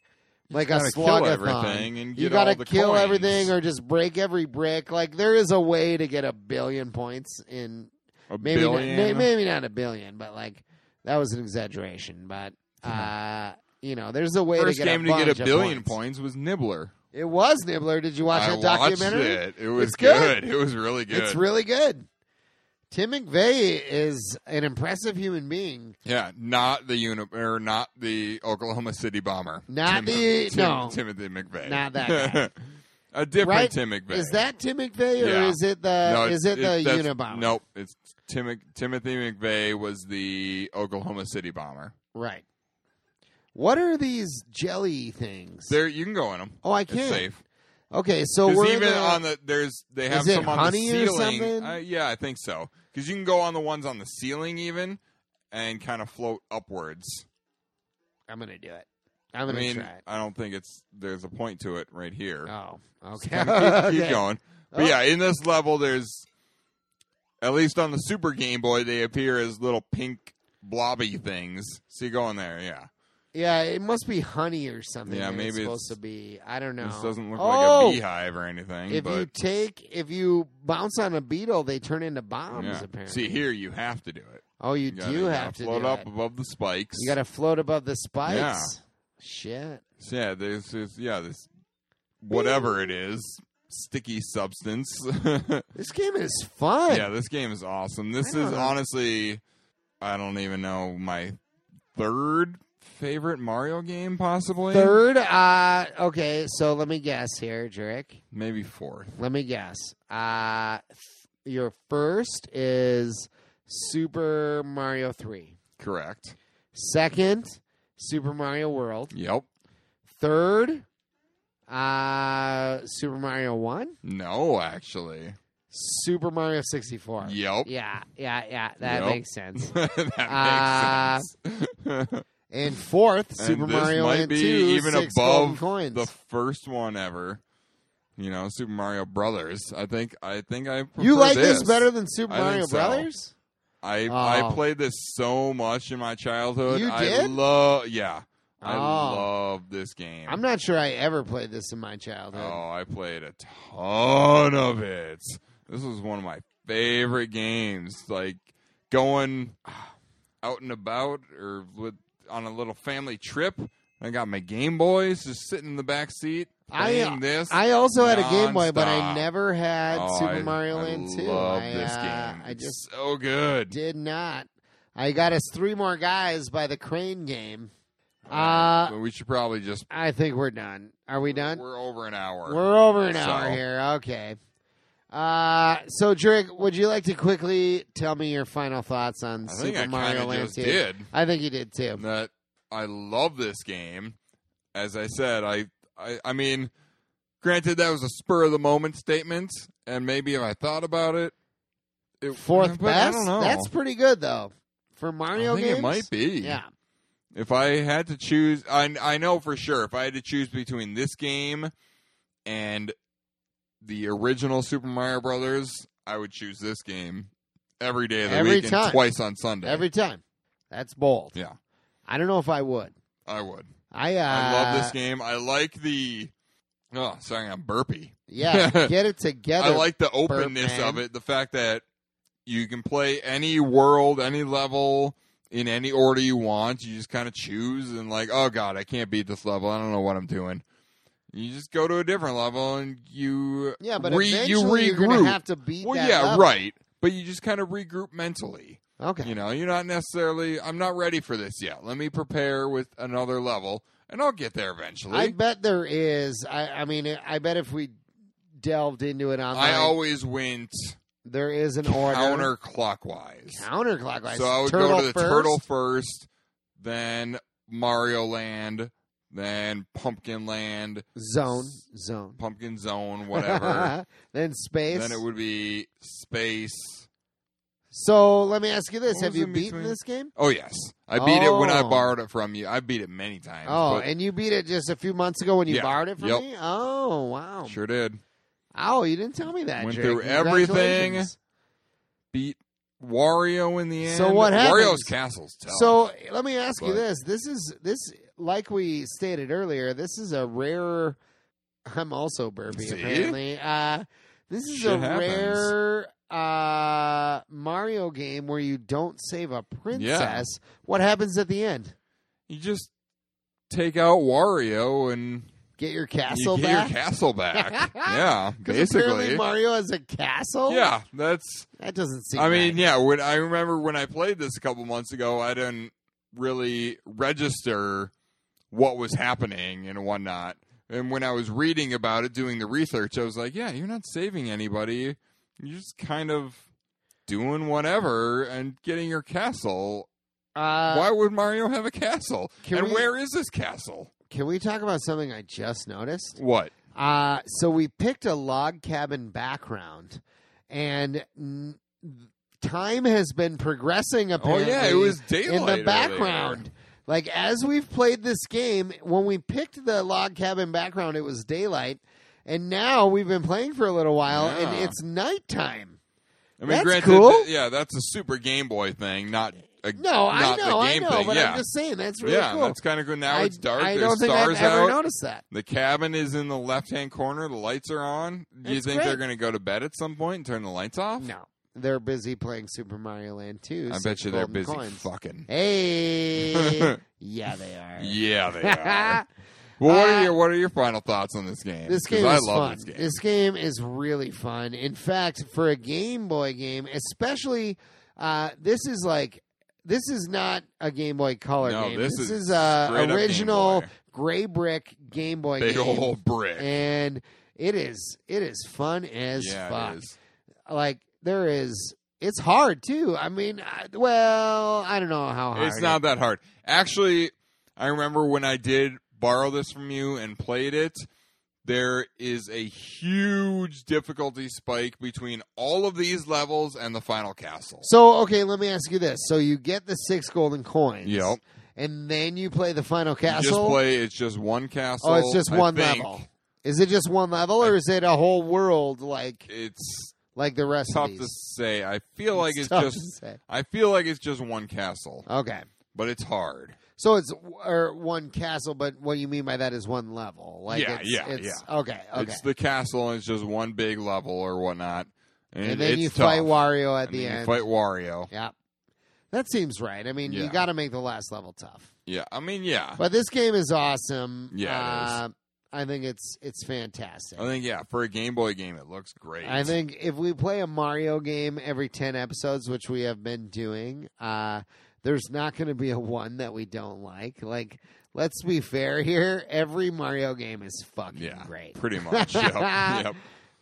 Speaker 1: like a
Speaker 2: gotta kill
Speaker 1: slugathon.
Speaker 2: everything and
Speaker 1: you
Speaker 2: get
Speaker 1: gotta
Speaker 2: all the
Speaker 1: kill
Speaker 2: coins.
Speaker 1: everything or just break every brick. Like there is a way to get a billion points in
Speaker 2: A
Speaker 1: maybe not,
Speaker 2: billion.
Speaker 1: may- maybe not a billion, but like that was an exaggeration. But uh, you know, there's a way
Speaker 2: First
Speaker 1: to get
Speaker 2: game
Speaker 1: a
Speaker 2: to get
Speaker 1: bunch
Speaker 2: a
Speaker 1: of
Speaker 2: billion
Speaker 1: points.
Speaker 2: points. was Nibbler.
Speaker 1: It was Nibbler. Did you watch
Speaker 2: I
Speaker 1: that
Speaker 2: watched
Speaker 1: documentary?
Speaker 2: it. It was
Speaker 1: It's good.
Speaker 2: It was really good.
Speaker 1: It's really good. Tim McVeigh is an impressive human being.
Speaker 2: yeah, not the uni- or not the Oklahoma City bomber.
Speaker 1: Not the-
Speaker 2: Tim-
Speaker 1: no.
Speaker 2: Timothy McVeigh.
Speaker 1: Not that
Speaker 2: a different
Speaker 1: Right?
Speaker 2: Tim McVeigh.
Speaker 1: Is that Tim McVeigh or
Speaker 2: Yeah.
Speaker 1: is it the
Speaker 2: No,
Speaker 1: is it the
Speaker 2: that's-
Speaker 1: Unabomber?
Speaker 2: Nope. It's Tim- Timothy McVeigh was the Oklahoma City bomber.
Speaker 1: Right. What are these jelly things?
Speaker 2: There, you can go in them.
Speaker 1: oh, I
Speaker 2: It's
Speaker 1: can't.
Speaker 2: safe.
Speaker 1: Okay, so
Speaker 2: 'Cause
Speaker 1: we're in
Speaker 2: even
Speaker 1: the-
Speaker 2: on the there's they have
Speaker 1: Is it
Speaker 2: some on
Speaker 1: honey
Speaker 2: the
Speaker 1: or
Speaker 2: ceiling.
Speaker 1: something?
Speaker 2: Uh, yeah, I think so. Because you can go on the ones on the ceiling even and kind of float upwards.
Speaker 1: I'm gonna do it. I'm
Speaker 2: I
Speaker 1: gonna
Speaker 2: mean,
Speaker 1: try it.
Speaker 2: I don't think it's there's a point to it right here.
Speaker 1: Oh, okay.
Speaker 2: Just kinda keep, keep
Speaker 1: Okay.
Speaker 2: going. But
Speaker 1: Oh.
Speaker 2: yeah, in this level, there's at least on the Super Game Boy, they appear as little pink blobby things. So you go in there, yeah.
Speaker 1: Yeah, it must be honey or something.
Speaker 2: Yeah,
Speaker 1: that
Speaker 2: maybe
Speaker 1: it's
Speaker 2: it's-
Speaker 1: supposed to be. I don't know.
Speaker 2: This doesn't look
Speaker 1: oh,
Speaker 2: like a beehive or anything.
Speaker 1: If
Speaker 2: but
Speaker 1: you take, if you bounce on a beetle, they turn into bombs.
Speaker 2: yeah.
Speaker 1: Apparently,
Speaker 2: see here, you have to do it.
Speaker 1: oh, you,
Speaker 2: gotta-
Speaker 1: do
Speaker 2: gotta
Speaker 1: have to
Speaker 2: float
Speaker 1: do
Speaker 2: up
Speaker 1: it.
Speaker 2: above the spikes.
Speaker 1: You got to float above the spikes.
Speaker 2: Yeah.
Speaker 1: Shit.
Speaker 2: So, yeah, there's this, yeah this whatever it is sticky substance. yeah,
Speaker 1: This game is fun.
Speaker 2: this game is awesome. This
Speaker 1: I don't
Speaker 2: is
Speaker 1: know.
Speaker 2: honestly, I don't even know my third favorite Mario game, possibly
Speaker 1: Third, uh, okay, so let me guess here, Jerick.
Speaker 2: maybe fourth.
Speaker 1: Let me guess. Uh, th- your first is Super Mario 3.
Speaker 2: Correct.
Speaker 1: Second, Super Mario World.
Speaker 2: Yep.
Speaker 1: Third, uh, Super Mario 1.
Speaker 2: No, actually.
Speaker 1: Super Mario 64.
Speaker 2: Yep.
Speaker 1: Yeah, yeah, yeah. That
Speaker 2: Yep.
Speaker 1: makes sense.
Speaker 2: that makes
Speaker 1: Uh,
Speaker 2: sense.
Speaker 1: And fourth,
Speaker 2: And
Speaker 1: Super
Speaker 2: this
Speaker 1: Mario
Speaker 2: might
Speaker 1: Land
Speaker 2: be
Speaker 1: 2.
Speaker 2: even
Speaker 1: six
Speaker 2: above
Speaker 1: golden coins.
Speaker 2: the first one ever. You know, Super Mario Brothers. I think I think I prefer
Speaker 1: you like this.
Speaker 2: this
Speaker 1: better than Super
Speaker 2: I think
Speaker 1: Mario
Speaker 2: so.
Speaker 1: Brothers?
Speaker 2: I
Speaker 1: Oh.
Speaker 2: I played this so much in my childhood.
Speaker 1: You
Speaker 2: I
Speaker 1: did?
Speaker 2: love yeah. I
Speaker 1: Oh.
Speaker 2: love this game.
Speaker 1: I'm not sure I ever played this in my childhood.
Speaker 2: Oh, I played a ton of it. This was one of my favorite games. Like going out and about or with on a little family trip. I got my Game Boys just sitting in the back seat
Speaker 1: I-
Speaker 2: playing this.
Speaker 1: I also had a Game Boy, but I
Speaker 2: Nonstop.
Speaker 1: never had
Speaker 2: Oh,
Speaker 1: Super
Speaker 2: I-
Speaker 1: Mario
Speaker 2: I
Speaker 1: Land 2.
Speaker 2: Love
Speaker 1: I,
Speaker 2: this
Speaker 1: uh,
Speaker 2: game.
Speaker 1: I
Speaker 2: It's
Speaker 1: just
Speaker 2: so good.
Speaker 1: did not. I got us three more guys by the crane game. Uh,
Speaker 2: But we should probably just
Speaker 1: I think we're done. Are we done?
Speaker 2: We're over an hour.
Speaker 1: We're over an hour
Speaker 2: So-
Speaker 1: here. Okay. Uh, so, Drake, would you like to quickly tell me your final thoughts on
Speaker 2: I think
Speaker 1: Super
Speaker 2: I
Speaker 1: Mario
Speaker 2: kind of
Speaker 1: Land
Speaker 2: just
Speaker 1: 2?
Speaker 2: did.
Speaker 1: I think you did too.
Speaker 2: that I love this game. As I said, I, I I mean, granted that was a spur of the moment statement, and maybe if I thought about it, it
Speaker 1: Fourth
Speaker 2: but
Speaker 1: best?
Speaker 2: I don't know.
Speaker 1: That's pretty good, though. For
Speaker 2: I
Speaker 1: Mario
Speaker 2: think
Speaker 1: games?
Speaker 2: it might be.
Speaker 1: Yeah.
Speaker 2: If I had to choose, I I know for sure if I had to choose between this game and the original Super Mario Brothers, I would choose this game every day of the
Speaker 1: Every
Speaker 2: week and
Speaker 1: time.
Speaker 2: twice on Sunday.
Speaker 1: Every time. That's bold.
Speaker 2: Yeah.
Speaker 1: I don't know if I would.
Speaker 2: I would.
Speaker 1: I, uh,
Speaker 2: I love this game. I like the. Oh, sorry, I'm burpy.
Speaker 1: Yeah, get it together.
Speaker 2: I like the openness
Speaker 1: Birdman.
Speaker 2: of it. The fact that you can play any world, any level, in any order you want. You just kind of choose and like, oh god, I can't beat this level. I don't know what I'm doing. You just go to a different level and you
Speaker 1: Yeah, but
Speaker 2: re- you
Speaker 1: eventually you are
Speaker 2: regroup.
Speaker 1: gonna have to beat
Speaker 2: well,
Speaker 1: that
Speaker 2: yeah,
Speaker 1: level.
Speaker 2: right. But you just kind of regroup mentally.
Speaker 1: Okay.
Speaker 2: You know, you're not necessarily. I'm not ready for this yet. Let me prepare with another level, and I'll get there eventually.
Speaker 1: I bet there is. I, I mean, I bet if we delved into it online,
Speaker 2: I always went
Speaker 1: there is an order.
Speaker 2: counterclockwise.
Speaker 1: Counterclockwise.
Speaker 2: So I would
Speaker 1: turtle
Speaker 2: go to the
Speaker 1: first.
Speaker 2: turtle first, then Mario Land, then Pumpkin Land,
Speaker 1: zone, zone,
Speaker 2: Pumpkin Zone, whatever.
Speaker 1: then space.
Speaker 2: then it would be Space,
Speaker 1: So let me ask you this:
Speaker 2: What
Speaker 1: Have
Speaker 2: was
Speaker 1: you
Speaker 2: in
Speaker 1: beaten
Speaker 2: between?
Speaker 1: this game?
Speaker 2: Oh yes, I beat it when I
Speaker 1: Oh.
Speaker 2: borrowed it from you. I beat it many times.
Speaker 1: Oh,
Speaker 2: but
Speaker 1: and you beat it just a few months ago when you
Speaker 2: Yeah.
Speaker 1: borrowed it from
Speaker 2: Yep.
Speaker 1: me. Oh, wow.
Speaker 2: sure did.
Speaker 1: Oh, you didn't tell me that.
Speaker 2: Went
Speaker 1: Jake.
Speaker 2: through everything.
Speaker 1: Congratulations.
Speaker 2: Beat Wario in the end.
Speaker 1: So what
Speaker 2: Wario's
Speaker 1: happens?
Speaker 2: castle's tough.
Speaker 1: So let me ask you
Speaker 2: But-
Speaker 1: this: This is this, like we stated earlier, this is a rare. I'm also burpy.
Speaker 2: See?
Speaker 1: Apparently, uh, this is
Speaker 2: Shit
Speaker 1: a
Speaker 2: happens.
Speaker 1: rare uh, Mario game where you don't save a princess. What happens at the end?
Speaker 2: you just take out Wario and
Speaker 1: Get your castle
Speaker 2: you get
Speaker 1: back.
Speaker 2: your castle back. yeah,
Speaker 1: 'Cause
Speaker 2: basically.
Speaker 1: apparently Mario has a castle.
Speaker 2: Yeah, that's.
Speaker 1: that doesn't seem.
Speaker 2: I mean,
Speaker 1: right.
Speaker 2: yeah. When I remember when I played this a couple months ago, I didn't really register what was happening and whatnot. And when I was reading about it, doing the research, I was like, "Yeah, you're not saving anybody. You're just kind of doing whatever and getting your castle.
Speaker 1: Uh,
Speaker 2: Why would Mario have a castle?
Speaker 1: can
Speaker 2: And
Speaker 1: we-
Speaker 2: where is this castle?
Speaker 1: Can we talk about something I just noticed?
Speaker 2: What?
Speaker 1: Uh, so we picked a log cabin background, and n- time has been progressing.
Speaker 2: Oh
Speaker 1: Apparently,
Speaker 2: yeah, it was
Speaker 1: in
Speaker 2: daylight
Speaker 1: the
Speaker 2: earlier.
Speaker 1: background. Like as we've played this game, when we picked the log cabin background, it was daylight, and now we've been playing for a little while, and
Speaker 2: Yeah.
Speaker 1: it's nighttime.
Speaker 2: I mean,
Speaker 1: That's
Speaker 2: granted,
Speaker 1: cool.
Speaker 2: th- yeah, that's a Super Game Boy thing, not a,
Speaker 1: No, I
Speaker 2: not
Speaker 1: know,
Speaker 2: the
Speaker 1: I
Speaker 2: game
Speaker 1: know,
Speaker 2: thing.
Speaker 1: but
Speaker 2: yeah,
Speaker 1: I'm just saying that's really
Speaker 2: yeah,
Speaker 1: cool.
Speaker 2: that's kind of good. Now
Speaker 1: I,
Speaker 2: it's dark.
Speaker 1: I
Speaker 2: There's
Speaker 1: don't think
Speaker 2: stars
Speaker 1: I've ever
Speaker 2: out.
Speaker 1: noticed that.
Speaker 2: The cabin is in the left-hand corner. The lights are on. Do you
Speaker 1: That's
Speaker 2: think
Speaker 1: great.
Speaker 2: they're going to go to bed at some point and turn the lights off?
Speaker 1: No, they're busy playing Super Mario Land 2.
Speaker 2: I
Speaker 1: six
Speaker 2: bet you they're
Speaker 1: golden
Speaker 2: busy
Speaker 1: coins.
Speaker 2: fucking.
Speaker 1: Hey, yeah, they are.
Speaker 2: Yeah, they are. well, what
Speaker 1: Uh,
Speaker 2: are your what are your final thoughts on this game?
Speaker 1: This
Speaker 2: 'Cause
Speaker 1: game
Speaker 2: I
Speaker 1: is
Speaker 2: love
Speaker 1: fun.
Speaker 2: this game.
Speaker 1: game is really fun. In fact, for a Game Boy game, especially, uh, this is like this is not a Game Boy Color
Speaker 2: No,
Speaker 1: game.
Speaker 2: this is
Speaker 1: a
Speaker 2: straight up
Speaker 1: original
Speaker 2: Game Boy.
Speaker 1: gray brick Game Boy
Speaker 2: Big
Speaker 1: game,
Speaker 2: old brick.
Speaker 1: and it is it is fun as
Speaker 2: yeah,
Speaker 1: fuck.
Speaker 2: it is.
Speaker 1: Like there is. It's hard too. I mean, I, well, I don't know how hard.
Speaker 2: It's not that hard. Actually, I remember when I did borrow this from you and played it, there is a huge difficulty spike between all of these levels and the final castle.
Speaker 1: So okay, let me ask you this: so you get the six golden coins,
Speaker 2: Yep.
Speaker 1: and then you play the final
Speaker 2: You
Speaker 1: castle.
Speaker 2: just play it's just one castle.
Speaker 1: oh, it's just
Speaker 2: I
Speaker 1: one
Speaker 2: think
Speaker 1: level. Is it just one level, or
Speaker 2: I-
Speaker 1: is it a whole world like
Speaker 2: It's
Speaker 1: like the rest
Speaker 2: tough
Speaker 1: of
Speaker 2: to
Speaker 1: these?
Speaker 2: say. I feel like it's
Speaker 1: tough
Speaker 2: just
Speaker 1: to say.
Speaker 2: I feel like it's just one castle,
Speaker 1: okay.
Speaker 2: but it's hard.
Speaker 1: So it's or one castle, but what you mean by that is one level. Like
Speaker 2: Yeah,
Speaker 1: it's,
Speaker 2: yeah,
Speaker 1: it's, Okay, okay.
Speaker 2: It's the castle and it's just one big level or whatnot. And,
Speaker 1: and then
Speaker 2: it's
Speaker 1: you
Speaker 2: tough.
Speaker 1: fight Wario at
Speaker 2: And
Speaker 1: the
Speaker 2: then you
Speaker 1: end.
Speaker 2: fight Wario.
Speaker 1: yeah, that seems right. I mean, you
Speaker 2: Yeah.
Speaker 1: got to make the last level tough.
Speaker 2: Yeah, I mean, yeah.
Speaker 1: But this game is awesome.
Speaker 2: Yeah,
Speaker 1: uh, I think it's it's fantastic.
Speaker 2: I think yeah, for a Game Boy game, it looks great.
Speaker 1: I think if we play a Mario game every 10 episodes, which we have been doing, uh, there's not going to be a one that we don't like. Like, let's be fair here. Every Mario game is fucking
Speaker 2: yeah,
Speaker 1: great.
Speaker 2: pretty much. Yep. yep.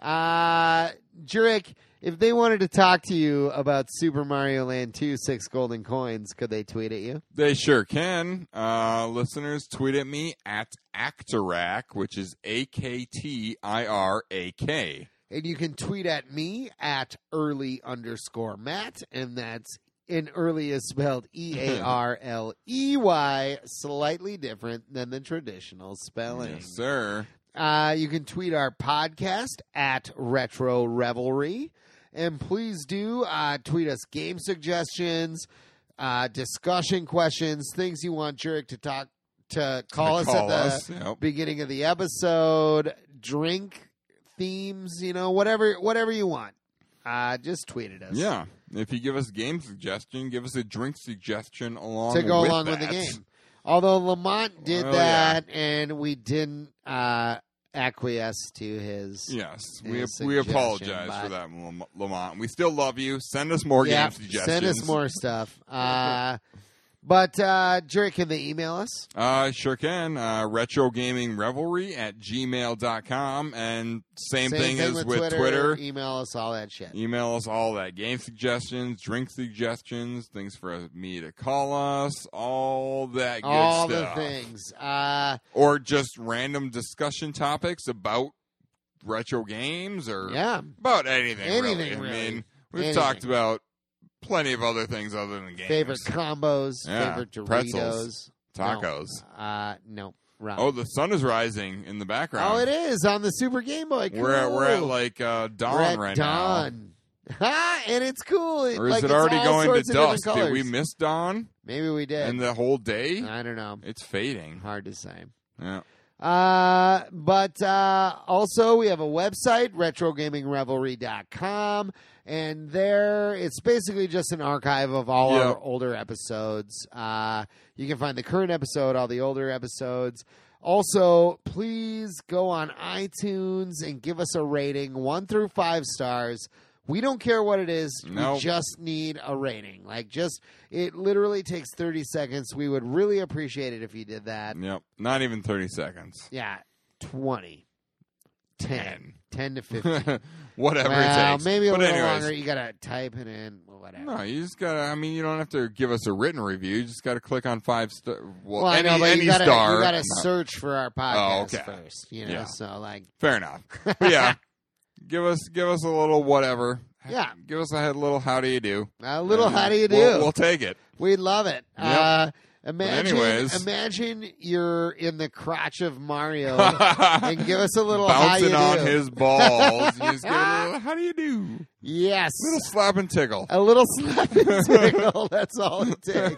Speaker 1: Uh, Jurek, if they wanted to talk to you about Super Mario Land 2 Six Golden Coins, could they tweet at you?
Speaker 2: They sure can. Uh, listeners, tweet at me at Actorac, which is A K T I R A K.
Speaker 1: And you can tweet at me at early underscore Matt, and that's in early is spelled E A R L E Y, slightly different than the traditional spelling.
Speaker 2: Yes, sir.
Speaker 1: Uh, you can tweet our podcast at Retro Revelry. And please do uh, tweet us game suggestions, uh, discussion questions, things you want Jurek to talk to call us at
Speaker 2: Call
Speaker 1: the
Speaker 2: us. Yep.
Speaker 1: beginning of the episode, drink themes, you know, whatever whatever you want. Uh, just tweet at us.
Speaker 2: Yeah. If you give us a game suggestion, give us a drink suggestion along
Speaker 1: to go
Speaker 2: with
Speaker 1: along with the
Speaker 2: that.
Speaker 1: game. Although Lamont did
Speaker 2: Well, yeah.
Speaker 1: that and we didn't uh, acquiesce to his
Speaker 2: Yes,
Speaker 1: Yeah,
Speaker 2: we we
Speaker 1: suggestion,
Speaker 2: apologize
Speaker 1: but-
Speaker 2: for that, Lam- Lamont. We still love you. Send us more
Speaker 1: Yeah,
Speaker 2: game suggestions.
Speaker 1: Send us more stuff. Uh, but uh, Jerry, can they email us?
Speaker 2: Uh, sure can. Uh, retro gaming revelry at gmail.com. And same, thing, as with, Twitter.
Speaker 1: Email us all that shit.
Speaker 2: Email us all that game suggestions, drink suggestions, things for me to call us, all that good
Speaker 1: all
Speaker 2: stuff.
Speaker 1: the things. Uh,
Speaker 2: Or just random discussion topics about retro games or
Speaker 1: yeah,
Speaker 2: about anything.
Speaker 1: Anything,
Speaker 2: really.
Speaker 1: really.
Speaker 2: I mean, we've
Speaker 1: Anything.
Speaker 2: talked about plenty of other things other than games.
Speaker 1: Favorite combos,
Speaker 2: Yeah,
Speaker 1: favorite Doritos.
Speaker 2: pretzels. tacos.
Speaker 1: No. Uh, no. Wrong.
Speaker 2: Oh, the sun is rising in the background.
Speaker 1: Oh, it is on the Super Game Boy.
Speaker 2: We're at we're at
Speaker 1: Cool.
Speaker 2: like uh, dawn
Speaker 1: We're at
Speaker 2: right
Speaker 1: dawn. Ha! and it's cool.
Speaker 2: now. Or is
Speaker 1: like,
Speaker 2: it
Speaker 1: it's
Speaker 2: already
Speaker 1: all
Speaker 2: going to
Speaker 1: sorts of different
Speaker 2: dusk? Did we
Speaker 1: colors. Uh,
Speaker 2: miss dawn
Speaker 1: Maybe we did.
Speaker 2: and the whole day?
Speaker 1: I don't know.
Speaker 2: It's fading.
Speaker 1: Hard to say.
Speaker 2: Yeah.
Speaker 1: Uh, but uh, also, we have a website, retrogamingrevelry.com. And there, it's basically just an archive of all
Speaker 2: Yeah.
Speaker 1: our older episodes. Uh, you can find the current episode, all the older episodes. Also, please go on iTunes and give us a rating, one through five stars. We don't care what it is.
Speaker 2: Nope.
Speaker 1: We just need a rating. Like, just, it literally takes 30 seconds. We would really appreciate it if you did that.
Speaker 2: Yep. Not even thirty seconds.
Speaker 1: Yeah, 20. 10. 10,
Speaker 2: Ten.
Speaker 1: to 15.
Speaker 2: Whatever
Speaker 1: well,
Speaker 2: it takes.
Speaker 1: maybe a
Speaker 2: but
Speaker 1: little
Speaker 2: anyways,
Speaker 1: longer. You got to type it in. well, Whatever.
Speaker 2: No, you just gotta. I mean, you don't have to give us a written review. You just gotta click on five star. Well,
Speaker 1: well, I
Speaker 2: any,
Speaker 1: know, but
Speaker 2: any
Speaker 1: you gotta,
Speaker 2: star.
Speaker 1: You got to
Speaker 2: No, Oh,
Speaker 1: search for our podcast
Speaker 2: okay.
Speaker 1: first. You know,
Speaker 2: Yeah.
Speaker 1: so like,
Speaker 2: fair enough. But yeah, give us give us a little whatever.
Speaker 1: Yeah.
Speaker 2: give us a little how do you do.
Speaker 1: a little,
Speaker 2: And
Speaker 1: how do you do?
Speaker 2: We'll, we'll take it.
Speaker 1: we love it.
Speaker 2: Yep.
Speaker 1: Uh, imagine,
Speaker 2: anyways.
Speaker 1: imagine you're in the crotch of Mario and
Speaker 2: Bouncing
Speaker 1: give us a little how you
Speaker 2: on
Speaker 1: do.
Speaker 2: his balls. You just give it a little, how do you do?
Speaker 1: yes,
Speaker 2: Little slap and tickle.
Speaker 1: a little slap and tickle. That's all it takes.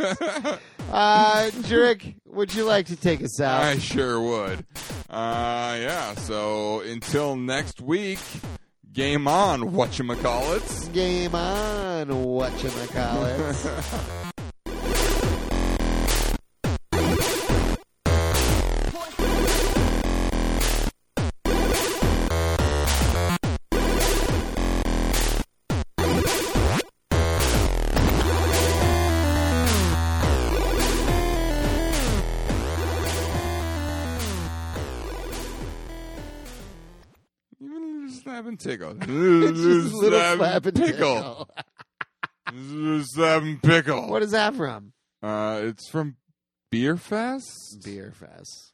Speaker 1: Uh, Jurek, would you like to take us out?
Speaker 2: I sure would. Uh, yeah. So until next week, game on. Whatchamacallits.
Speaker 1: Game on, whatchamacallit.
Speaker 2: Even a little slap and tickle.
Speaker 1: It's just a little slap and tickle.
Speaker 2: Little slap and pickle.
Speaker 1: What is that from?
Speaker 2: Uh, it's from Beer Fest.
Speaker 1: Beer Fest.